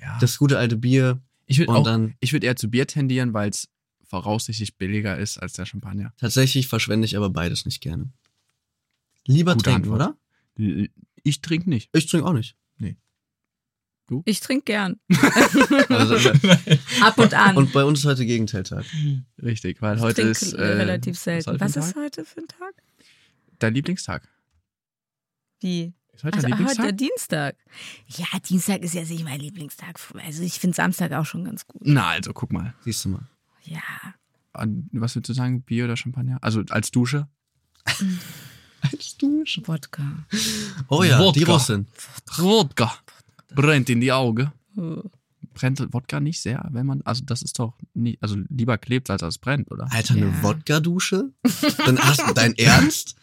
[SPEAKER 3] ja.
[SPEAKER 5] Das gute alte Bier
[SPEAKER 3] ich würde
[SPEAKER 5] und
[SPEAKER 3] auch,
[SPEAKER 5] dann
[SPEAKER 3] ich würde eher zu Bier tendieren, weil es voraussichtlich billiger ist als der Champagner.
[SPEAKER 5] tatsächlich verschwende ich aber beides nicht gerne. Lieber
[SPEAKER 3] Gute
[SPEAKER 5] trinken,
[SPEAKER 3] Antwort.
[SPEAKER 5] oder?
[SPEAKER 3] Ich trinke nicht.
[SPEAKER 5] Ich trinke auch nicht.
[SPEAKER 2] Ich trinke gern.
[SPEAKER 5] Also,
[SPEAKER 2] [laughs] Ab und an.
[SPEAKER 5] und bei uns ist heute Gegenteiltag.
[SPEAKER 3] Richtig, weil
[SPEAKER 2] ich
[SPEAKER 3] heute
[SPEAKER 2] trinke
[SPEAKER 3] ist äh,
[SPEAKER 2] relativ selten. Was
[SPEAKER 3] für ein
[SPEAKER 2] ist
[SPEAKER 3] Tag?
[SPEAKER 2] heute für ein Tag?
[SPEAKER 3] dein Lieblingstag?
[SPEAKER 2] Wie?
[SPEAKER 3] Ist heute
[SPEAKER 2] Also,
[SPEAKER 3] dein
[SPEAKER 2] heute
[SPEAKER 3] Lieblingstag?
[SPEAKER 2] Dienstag. Ja, Dienstag ist ja nicht mein Lieblingstag. Also ich finde Samstag auch schon ganz gut.
[SPEAKER 3] Na, also guck mal.
[SPEAKER 5] Siehst du mal.
[SPEAKER 2] Ja.
[SPEAKER 3] An- Was würdest du sagen, Bier oder Champagner? Also als Dusche?
[SPEAKER 5] Als Dusche.
[SPEAKER 2] Wodka.
[SPEAKER 5] Oh ja, die
[SPEAKER 3] Wodka.
[SPEAKER 5] Russin.
[SPEAKER 3] Wodka. Brennt in die Augen.
[SPEAKER 2] Oh.
[SPEAKER 3] Brennt Wodka nicht sehr, wenn man, also das ist doch nie, also lieber klebt als als brennt, oder?
[SPEAKER 5] Alter, eine
[SPEAKER 2] Ja.
[SPEAKER 5] Wodka-Dusche? Dann hast du dein Ernst?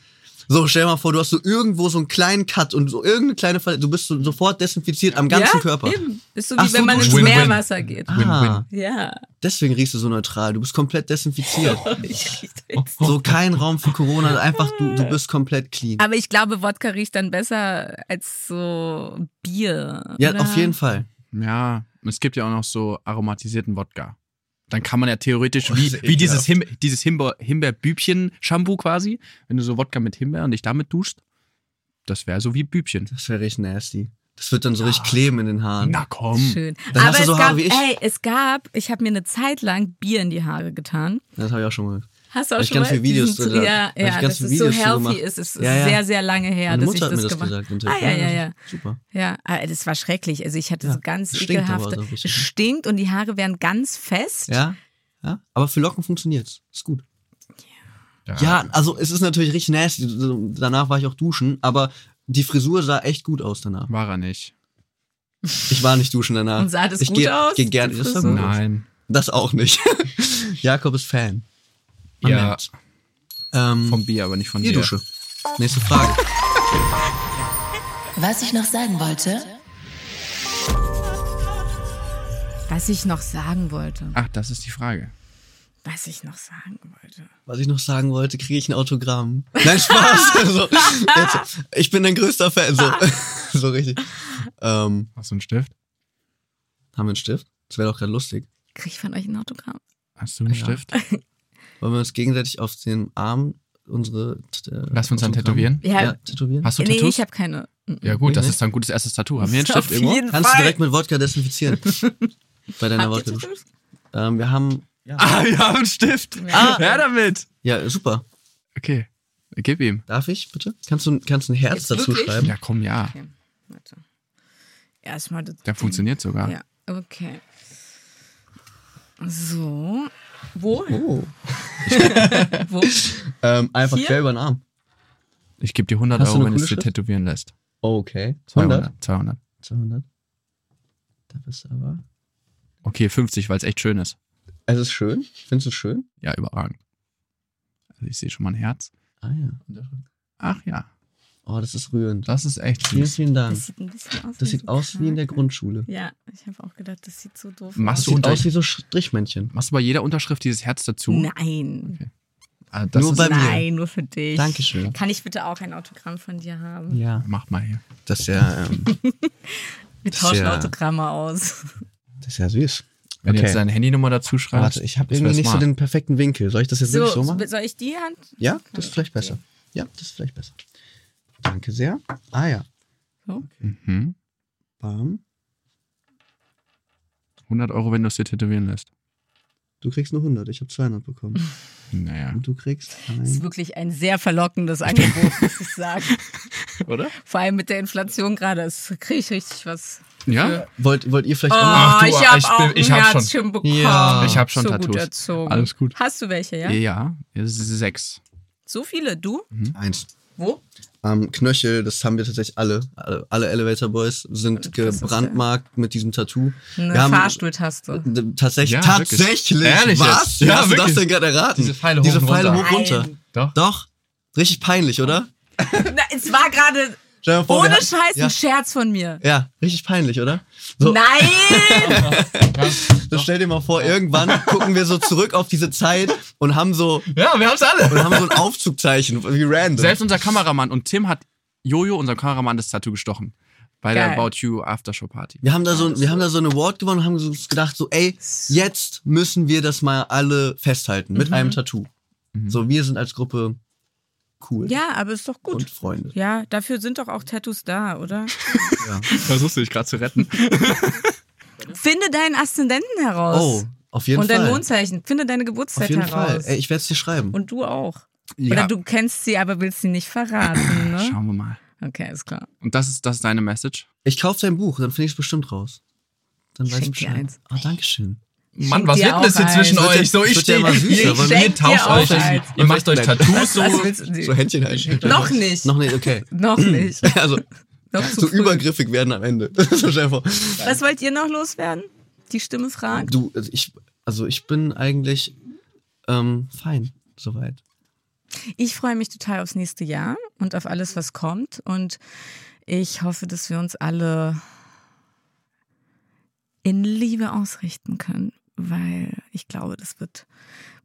[SPEAKER 5] So, stell mal vor, du hast so irgendwo so einen kleinen Cut und so irgendeine kleine Verletzung. Du bist so sofort desinfiziert am ganzen
[SPEAKER 2] ja,
[SPEAKER 5] Körper.
[SPEAKER 2] Eben. Ist so wie
[SPEAKER 5] Ach so,
[SPEAKER 2] wenn man
[SPEAKER 5] du
[SPEAKER 2] ins
[SPEAKER 3] Win-win.
[SPEAKER 2] Meerwasser geht.
[SPEAKER 5] Ah,
[SPEAKER 2] Ja.
[SPEAKER 5] deswegen riechst du so neutral. Du bist komplett desinfiziert.
[SPEAKER 2] Ich riech nichts.
[SPEAKER 5] So kein Raum für Corona. Einfach du, du bist komplett clean.
[SPEAKER 2] Aber ich glaube, Wodka riecht dann besser als so Bier.
[SPEAKER 5] Ja,
[SPEAKER 2] oder?
[SPEAKER 5] auf jeden Fall.
[SPEAKER 3] Ja, es gibt ja auch noch so aromatisierten Wodka. Dann kann man ja theoretisch
[SPEAKER 5] Oh,
[SPEAKER 3] wie,
[SPEAKER 5] das ist
[SPEAKER 3] wie dieses,
[SPEAKER 5] ekelhaft.
[SPEAKER 3] Himbe dieses Himbe Himbeerbübchen-Shampoo quasi, wenn du so Wodka mit Himbeer und dich damit duscht, das wäre so wie Bübchen.
[SPEAKER 5] Das wäre richtig nasty. Das wird dann so
[SPEAKER 2] Ah.
[SPEAKER 5] richtig kleben in den Haaren.
[SPEAKER 3] Na komm.
[SPEAKER 2] Schön.
[SPEAKER 5] Dann
[SPEAKER 2] Aber
[SPEAKER 5] hast du so
[SPEAKER 2] es
[SPEAKER 5] Haare
[SPEAKER 2] gab,
[SPEAKER 5] wie ich.
[SPEAKER 2] ey, es gab, ich habe mir eine Zeit lang Bier in die Haare getan.
[SPEAKER 5] Das habe ich auch schon mal.
[SPEAKER 2] Hast du auch
[SPEAKER 5] Hab ich
[SPEAKER 2] schon
[SPEAKER 5] ganz
[SPEAKER 2] mal
[SPEAKER 5] viele Videos
[SPEAKER 2] diesen,
[SPEAKER 5] drin,
[SPEAKER 2] Ja,
[SPEAKER 5] hab ich
[SPEAKER 2] ja,
[SPEAKER 5] ganz
[SPEAKER 2] dass
[SPEAKER 5] viele
[SPEAKER 2] es so
[SPEAKER 5] Videos drin
[SPEAKER 2] healthy
[SPEAKER 5] gemacht.
[SPEAKER 2] ist. Es ist
[SPEAKER 5] Ja, ja.
[SPEAKER 2] sehr, sehr lange her,
[SPEAKER 5] Meine
[SPEAKER 2] dass
[SPEAKER 5] Mutter hat
[SPEAKER 2] ich
[SPEAKER 5] mir
[SPEAKER 2] das
[SPEAKER 5] das
[SPEAKER 2] gemacht
[SPEAKER 5] gesagt. im
[SPEAKER 2] Ah,
[SPEAKER 5] Telefon.
[SPEAKER 2] ja, ja,
[SPEAKER 5] das
[SPEAKER 2] ja.
[SPEAKER 5] ist Super.
[SPEAKER 2] Ja, aber das war schrecklich. Also ich hatte
[SPEAKER 5] Ja,
[SPEAKER 2] so ganz
[SPEAKER 5] stinkt aber
[SPEAKER 2] ekelhafte.
[SPEAKER 5] so richtig.
[SPEAKER 2] es stinkt und die Haare werden ganz fest.
[SPEAKER 5] Ja, ja. Aber für Locken funktioniert's. Ist gut. Ja, also es ist natürlich richtig nasty. So, Danach war ich auch duschen, aber die Frisur sah echt gut aus danach.
[SPEAKER 3] War er nicht.
[SPEAKER 5] Ich war nicht duschen danach.
[SPEAKER 2] Und sah das
[SPEAKER 5] ich
[SPEAKER 2] gut
[SPEAKER 5] geh,
[SPEAKER 2] aus,
[SPEAKER 5] Geh gerne.
[SPEAKER 2] die
[SPEAKER 5] Das, war
[SPEAKER 2] Frisur?
[SPEAKER 5] gut.
[SPEAKER 3] Nein.
[SPEAKER 5] das auch nicht. [laughs] Jakob ist Fan. Man
[SPEAKER 3] Ja,
[SPEAKER 5] merkt's. Ähm,
[SPEAKER 3] vom Bier, aber nicht von dir.
[SPEAKER 5] Bierdusche. Nächste Frage.
[SPEAKER 4] Was ich noch sagen wollte?
[SPEAKER 2] Was ich noch sagen wollte.
[SPEAKER 3] Ach, das ist die Frage.
[SPEAKER 2] Was ich noch sagen wollte.
[SPEAKER 5] Was ich noch sagen wollte, kriege ich ein Autogramm. [laughs] Nein, Spaß. also, jetzt, ich bin dein größter Fan. So, so [laughs] richtig. Ähm,
[SPEAKER 3] Hast du einen Stift?
[SPEAKER 5] haben wir einen Stift? Das wäre doch gerade lustig.
[SPEAKER 2] Krieg ich von euch ein Autogramm?
[SPEAKER 3] Hast du einen
[SPEAKER 5] Ja.
[SPEAKER 3] Stift?
[SPEAKER 5] Wollen wir uns gegenseitig auf den Arm unsere. T- äh,
[SPEAKER 3] Lass uns dann
[SPEAKER 5] Autogramm-
[SPEAKER 3] tätowieren.
[SPEAKER 2] Ja.
[SPEAKER 5] ja tätowieren.
[SPEAKER 3] Hast du
[SPEAKER 2] nee,
[SPEAKER 3] Tattoos?
[SPEAKER 2] ich habe keine. Hm.
[SPEAKER 3] ja gut, das
[SPEAKER 5] Nee.
[SPEAKER 3] ist dann ein gutes erstes Tattoo. Haben wir einen
[SPEAKER 2] Auf
[SPEAKER 3] Stift irgendwo?
[SPEAKER 2] jeden
[SPEAKER 5] Kannst
[SPEAKER 2] Fall.
[SPEAKER 5] du direkt mit Wodka desinfizieren.
[SPEAKER 2] [laughs]
[SPEAKER 5] Bei deiner
[SPEAKER 2] Habt
[SPEAKER 5] Wodka.
[SPEAKER 2] ihr Tattoos?
[SPEAKER 5] Ähm, wir haben.
[SPEAKER 3] Ah, wir [laughs] haben einen Stift.
[SPEAKER 2] Ja.
[SPEAKER 3] Ah. Her damit.
[SPEAKER 5] Ja, super.
[SPEAKER 3] Okay, gib ihm.
[SPEAKER 5] Darf ich, bitte? Kannst du, kannst du ein Herz
[SPEAKER 2] Jetzt
[SPEAKER 5] dazu
[SPEAKER 2] wirklich?
[SPEAKER 5] schreiben?
[SPEAKER 3] Ja, komm, ja.
[SPEAKER 2] Okay, warte. Erstmal das.
[SPEAKER 3] Der funktioniert sogar.
[SPEAKER 2] Ja, okay. So. Wo?
[SPEAKER 5] Oh.
[SPEAKER 2] Wo?
[SPEAKER 5] Ähm, einfach
[SPEAKER 2] Hier?
[SPEAKER 5] quer über den Arm.
[SPEAKER 3] Ich gebe dir 100
[SPEAKER 5] Hast du
[SPEAKER 3] Euro,
[SPEAKER 5] eine
[SPEAKER 3] wenn du
[SPEAKER 5] coole
[SPEAKER 3] es dir
[SPEAKER 5] Schrift?
[SPEAKER 3] tätowieren lässt.
[SPEAKER 5] Okay. 200.
[SPEAKER 3] 200. 200.
[SPEAKER 5] 200. Da bist du aber.
[SPEAKER 3] Okay, 50, weil es echt schön ist.
[SPEAKER 5] Es ist schön. Findest du es schön?
[SPEAKER 3] Ja, überragend. Also ich sehe schon mal ein Herz.
[SPEAKER 5] Ah ja.
[SPEAKER 3] Ach ja,
[SPEAKER 5] Oh, das ist rührend.
[SPEAKER 3] das ist echt
[SPEAKER 5] Vielen,
[SPEAKER 3] süß.
[SPEAKER 5] vielen
[SPEAKER 2] Das
[SPEAKER 5] Dank.
[SPEAKER 2] sieht ein bisschen aus
[SPEAKER 5] Das
[SPEAKER 2] wie
[SPEAKER 5] sieht
[SPEAKER 2] so
[SPEAKER 5] aus wie in der
[SPEAKER 2] Krake.
[SPEAKER 5] Grundschule.
[SPEAKER 2] Ja, ich habe auch gedacht, das sieht so doof
[SPEAKER 3] Machst
[SPEAKER 2] aus.
[SPEAKER 5] Das
[SPEAKER 3] du
[SPEAKER 5] sieht
[SPEAKER 3] unter-
[SPEAKER 5] aus wie so Strichmännchen.
[SPEAKER 3] Machst du bei jeder Unterschrift dieses Herz dazu?
[SPEAKER 2] Nein.
[SPEAKER 3] Ah, das
[SPEAKER 5] Nur
[SPEAKER 3] ist,
[SPEAKER 5] bei mir.
[SPEAKER 2] Nein, nur für dich.
[SPEAKER 5] Dankeschön.
[SPEAKER 2] Kann ich bitte auch ein Autogramm von dir haben?
[SPEAKER 5] Ja.
[SPEAKER 3] Mach mal hier.
[SPEAKER 5] Das ist ja, ähm,
[SPEAKER 2] Wir
[SPEAKER 5] Das ist
[SPEAKER 2] tauschen
[SPEAKER 5] ja-
[SPEAKER 2] Autogramme aus.
[SPEAKER 5] das ist ja süß.
[SPEAKER 3] Wenn du
[SPEAKER 5] Okay.
[SPEAKER 3] jetzt deine Handynummer dazu schreibst.
[SPEAKER 5] Warte, ich habe
[SPEAKER 3] das
[SPEAKER 5] irgendwie
[SPEAKER 3] wär
[SPEAKER 5] nicht so
[SPEAKER 3] smart.
[SPEAKER 5] den perfekten Winkel. Soll ich das jetzt
[SPEAKER 2] So,
[SPEAKER 5] wirklich so machen?
[SPEAKER 2] soll ich die Hand?
[SPEAKER 5] Ja, das ist vielleicht besser. Ja, das ist vielleicht besser. Danke sehr. Ah ja.
[SPEAKER 3] Mhm.
[SPEAKER 5] Bam.
[SPEAKER 3] 100 Euro, wenn du es dir tätowieren lässt.
[SPEAKER 5] Du kriegst nur 100. Ich habe 200 bekommen.
[SPEAKER 3] Naja.
[SPEAKER 5] Und du kriegst
[SPEAKER 2] Das ist
[SPEAKER 5] ein.
[SPEAKER 2] wirklich ein sehr
[SPEAKER 3] [laughs]
[SPEAKER 2] verlockendes Angebot, muss ich sagen.
[SPEAKER 3] Oder?
[SPEAKER 2] Vor allem mit der Inflation gerade. Das kriege ich richtig was.
[SPEAKER 3] Ja?
[SPEAKER 5] Wollt, wollt ihr vielleicht
[SPEAKER 2] Oh,
[SPEAKER 5] auch noch?
[SPEAKER 3] Ach du,
[SPEAKER 2] ich habe
[SPEAKER 3] ich
[SPEAKER 2] auch
[SPEAKER 3] bin-
[SPEAKER 2] ein
[SPEAKER 3] ich hab schon.
[SPEAKER 2] Herzchen bekommen.
[SPEAKER 5] Ja.
[SPEAKER 3] Ich hab schon
[SPEAKER 2] so Gut
[SPEAKER 3] Tattoos.
[SPEAKER 2] erzogen.
[SPEAKER 3] Alles gut.
[SPEAKER 2] Hast du welche, ja?
[SPEAKER 3] Ja, Mhm. ja. Es ist sechs.
[SPEAKER 2] So viele? Du?
[SPEAKER 5] Eins.
[SPEAKER 2] Wo?
[SPEAKER 5] Am Ähm, Knöchel, das haben wir tatsächlich alle. Alle, alle Elevator Boys sind
[SPEAKER 2] Das ist
[SPEAKER 5] gebrandmarkt mit diesem Tattoo.
[SPEAKER 2] Eine
[SPEAKER 5] wir haben
[SPEAKER 2] Fahrstuhltaste. [laughs]
[SPEAKER 5] d- tatsächlich.
[SPEAKER 3] Ja, wirklich.
[SPEAKER 5] tatsächlich.
[SPEAKER 3] Ehrlich
[SPEAKER 5] Was?
[SPEAKER 3] jetzt?
[SPEAKER 5] Wie
[SPEAKER 3] Ja,
[SPEAKER 5] hast du das
[SPEAKER 3] wirklich.
[SPEAKER 5] denn gerade erraten?
[SPEAKER 3] Diese Pfeile hoch
[SPEAKER 5] Diese
[SPEAKER 3] und
[SPEAKER 5] Pfeile
[SPEAKER 3] runter.
[SPEAKER 5] hoch runter.
[SPEAKER 2] Nein.
[SPEAKER 3] Doch.
[SPEAKER 5] Doch. Richtig peinlich, oder?
[SPEAKER 2] Na, es war gerade
[SPEAKER 5] Stell dir mal vor, wir
[SPEAKER 2] ohne
[SPEAKER 5] hatten-
[SPEAKER 2] Scheiß ein
[SPEAKER 5] Ja,
[SPEAKER 2] Scherz von mir.
[SPEAKER 5] ja, richtig peinlich, oder? So, [laughs]
[SPEAKER 2] Nein!
[SPEAKER 5] Das stell dir mal
[SPEAKER 2] [laughs]
[SPEAKER 5] vor, irgendwann gucken wir so zurück auf diese Zeit und haben so,
[SPEAKER 3] Ja, wir haben es alle.
[SPEAKER 5] und haben so ein Aufzugzeichen, wie random.
[SPEAKER 3] Selbst unser Kameramann und Tim hat Jojo, unserem Kameramann, das Tattoo gestochen. Bei
[SPEAKER 2] Geil.
[SPEAKER 3] der About You Aftershow Party.
[SPEAKER 5] wir haben da so, wir haben da so einen Award gewonnen und haben so gedacht so, ey, jetzt müssen wir das mal alle festhalten
[SPEAKER 2] Mhm.
[SPEAKER 5] mit einem Tattoo. So, wir sind als Gruppe cool
[SPEAKER 2] ja, aber ist doch
[SPEAKER 5] und
[SPEAKER 2] gut.
[SPEAKER 5] Freunde.
[SPEAKER 2] Ja, dafür sind doch auch Tattoos da, oder?
[SPEAKER 3] Versuchst du dich gerade zu retten.
[SPEAKER 2] [laughs] Finde deinen Aszendenten heraus.
[SPEAKER 5] Oh, auf jeden
[SPEAKER 2] und
[SPEAKER 5] Fall.
[SPEAKER 2] dein Mondzeichen. Finde deine
[SPEAKER 5] auf
[SPEAKER 2] Geburtszeit
[SPEAKER 5] jeden Fall.
[SPEAKER 2] heraus.
[SPEAKER 5] Ey, ich werde es dir schreiben.
[SPEAKER 2] Und du auch.
[SPEAKER 3] Ja.
[SPEAKER 2] Oder du kennst sie, aber willst sie nicht
[SPEAKER 5] [clears throat]
[SPEAKER 2] verraten, ne?
[SPEAKER 3] Schauen wir mal.
[SPEAKER 2] Okay, ist klar.
[SPEAKER 3] Und das ist, das ist deine Message?
[SPEAKER 5] ich kaufe dein Buch, dann finde ich es bestimmt raus. Dann weiß ich
[SPEAKER 2] Schenk dir
[SPEAKER 5] Bescheid.
[SPEAKER 2] eins.
[SPEAKER 5] Oh, Dankeschön.
[SPEAKER 2] Mann, was wird denn das hier zwischen
[SPEAKER 5] euch? So, ich steh- [laughs] ihr-
[SPEAKER 2] ihr tauscht euch,
[SPEAKER 5] ihr macht [laughs] euch
[SPEAKER 2] Was
[SPEAKER 3] Tattoos
[SPEAKER 2] willst du-
[SPEAKER 5] So Händchen halten.
[SPEAKER 2] Noch nicht.
[SPEAKER 5] Noch nicht, okay.
[SPEAKER 2] Noch
[SPEAKER 5] [laughs]
[SPEAKER 2] nicht.
[SPEAKER 5] Also,
[SPEAKER 2] Noch zu
[SPEAKER 5] so
[SPEAKER 2] früh.
[SPEAKER 5] übergriffig werden am Ende. [laughs] so stell dir vor.
[SPEAKER 2] Was wollt ihr noch loswerden? Die Stimme fragt.
[SPEAKER 5] Du, also ich, also ich bin eigentlich ähm, fein, soweit.
[SPEAKER 2] Ich freue mich total aufs nächste Jahr und auf alles, was kommt. Und ich hoffe, dass wir uns alle in Liebe ausrichten können, weil ich glaube, das wird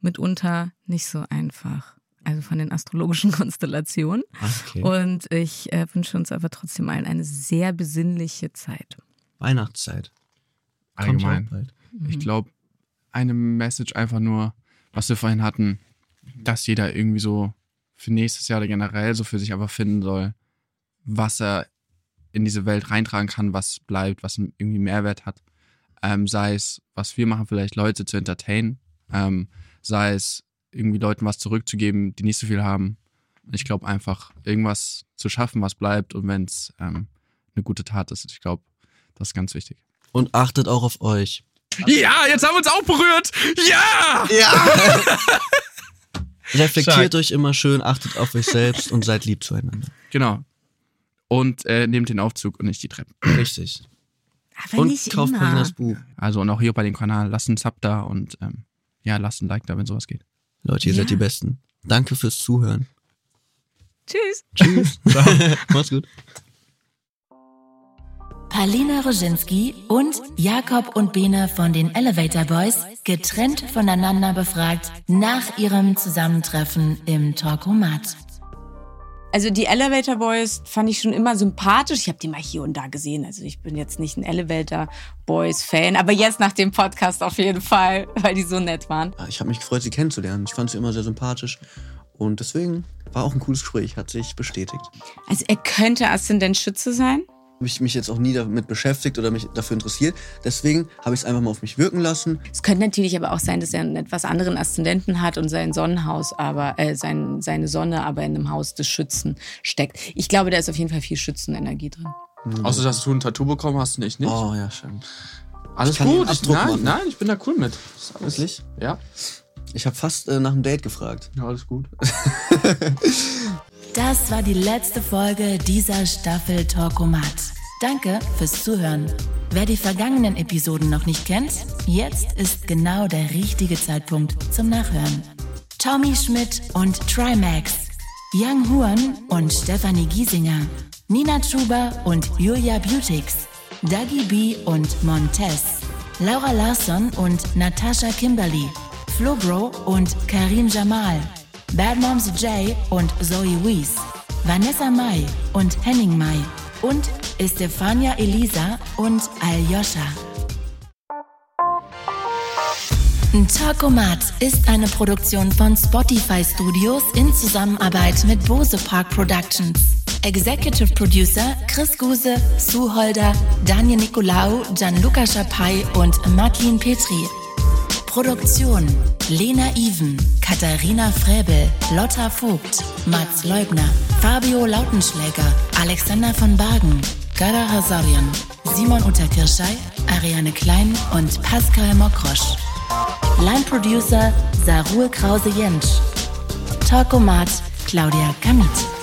[SPEAKER 2] mitunter nicht so einfach. Also von den astrologischen [laughs] Konstellationen.
[SPEAKER 5] Okay.
[SPEAKER 2] Und ich äh, wünsche uns aber trotzdem allen eine sehr besinnliche Zeit.
[SPEAKER 5] Weihnachtszeit. Kommt ja auch
[SPEAKER 3] Allgemein.
[SPEAKER 5] bald.
[SPEAKER 2] Mhm.
[SPEAKER 3] Ich glaube, eine Message einfach nur, was wir vorhin hatten, dass jeder irgendwie so für nächstes Jahr oder generell so für sich aber finden soll, was er in diese Welt reintragen kann, was bleibt, was ihm irgendwie Mehrwert hat. Ähm, sei es, was wir machen, vielleicht Leute zu entertainen, ähm, sei es irgendwie Leuten was zurückzugeben, die nicht so viel haben. Ich glaube einfach, irgendwas zu schaffen, was bleibt und wenn es ähm, eine gute Tat ist. Ich glaube, das ist ganz wichtig.
[SPEAKER 5] Und achtet auch auf euch.
[SPEAKER 3] Ja, jetzt haben wir uns auch berührt. Ja!
[SPEAKER 5] [laughs] Reflektiert euch immer schön, achtet auf euch selbst und seid lieb zueinander.
[SPEAKER 3] Genau. Und äh, nehmt den Aufzug und nicht die Treppe.
[SPEAKER 5] Richtig.
[SPEAKER 2] Aber
[SPEAKER 5] und
[SPEAKER 2] nicht
[SPEAKER 5] kauft
[SPEAKER 2] immer.
[SPEAKER 5] Paulinas Buch.
[SPEAKER 3] Also und auch hier bei dem Kanal, lasst einen Sub da und ähm, ja, lasst ein Like da, wenn sowas geht.
[SPEAKER 5] Leute, ihr
[SPEAKER 2] Ja.
[SPEAKER 5] seid die Besten. Danke fürs Zuhören.
[SPEAKER 2] Tschüss.
[SPEAKER 5] [laughs] Tschüss. Macht's gut.
[SPEAKER 4] Palina Roginski und Jakob und Bene von den Elevator Boys getrennt voneinander befragt nach ihrem Zusammentreffen im Talkomat.
[SPEAKER 2] Also die Elevator Boys fand ich schon immer sympathisch. Ich habe die mal hier und da gesehen. Also ich bin jetzt nicht ein Elevator Boys Fan, aber jetzt nach dem Podcast auf jeden Fall, [laughs] weil die so nett waren.
[SPEAKER 5] Ah, Ich habe mich gefreut, sie kennenzulernen. Ich fand sie immer sehr sympathisch. Und deswegen war auch ein cooles Gespräch, hat sich bestätigt.
[SPEAKER 2] Also er könnte Aszendent Schütze sein.
[SPEAKER 5] Habe ich mich jetzt auch nie damit beschäftigt oder mich dafür interessiert. Deswegen habe ich es einfach mal auf mich wirken lassen.
[SPEAKER 2] Es könnte natürlich aber auch sein, dass er einen etwas anderen Aszendenten hat und sein Sonnenhaus, aber äh, sein, seine Sonne aber in einem Haus des Schützen steckt. Ich glaube, da ist auf jeden Fall viel Schützenenergie drin.
[SPEAKER 6] Außer, dass Also du ein Tattoo bekommen hast, nicht, nicht?
[SPEAKER 5] Oh ja, stimmt.
[SPEAKER 6] alles
[SPEAKER 5] ich kann
[SPEAKER 6] gut.
[SPEAKER 5] den
[SPEAKER 6] Ich,
[SPEAKER 5] Abdruck
[SPEAKER 6] nein,
[SPEAKER 5] machen.
[SPEAKER 6] nein, ich bin da cool mit. Ist alles-
[SPEAKER 5] Wirklich?
[SPEAKER 6] Ja.
[SPEAKER 5] Ich habe fast äh, nach einem Date gefragt.
[SPEAKER 6] Ja, alles gut.
[SPEAKER 4] Das war die letzte Folge dieser Staffel Talkomat. Danke fürs Zuhören. Wer die vergangenen Episoden noch nicht kennt, jetzt ist genau der richtige Zeitpunkt zum Nachhören. Tommy Schmidt und Trimax, Yang Huan und Stefanie Giesinger, Nina Schuber und Julia Butix, Dagi B und Montez, Laura Larsson und Natasha Kimberly, Flobro und Karim Jamal, Bad Moms Jay und Zoe Weiss, Vanessa Mai und Henning Mai und Estefania Elisa und Aljoscha. Talkomat ist eine Produktion von Spotify Studios in Zusammenarbeit mit Bose Park Productions. Executive Producer Chris Guse, Sue Holder, Daniel Nicolaou, Gianluca Schapai und Martin Petri. Produktion Lena Even, Katharina Fräbel, Lotta Vogt, Mats Leubner, Fabio Lautenschläger, Alexander von Bargen, Gara Hasarian, Simon Unterkirschei, Ariane Klein und Pascal Mokrosch. Line Producer Sarul Krause-Jentsch. Talkomat Claudia Kamit.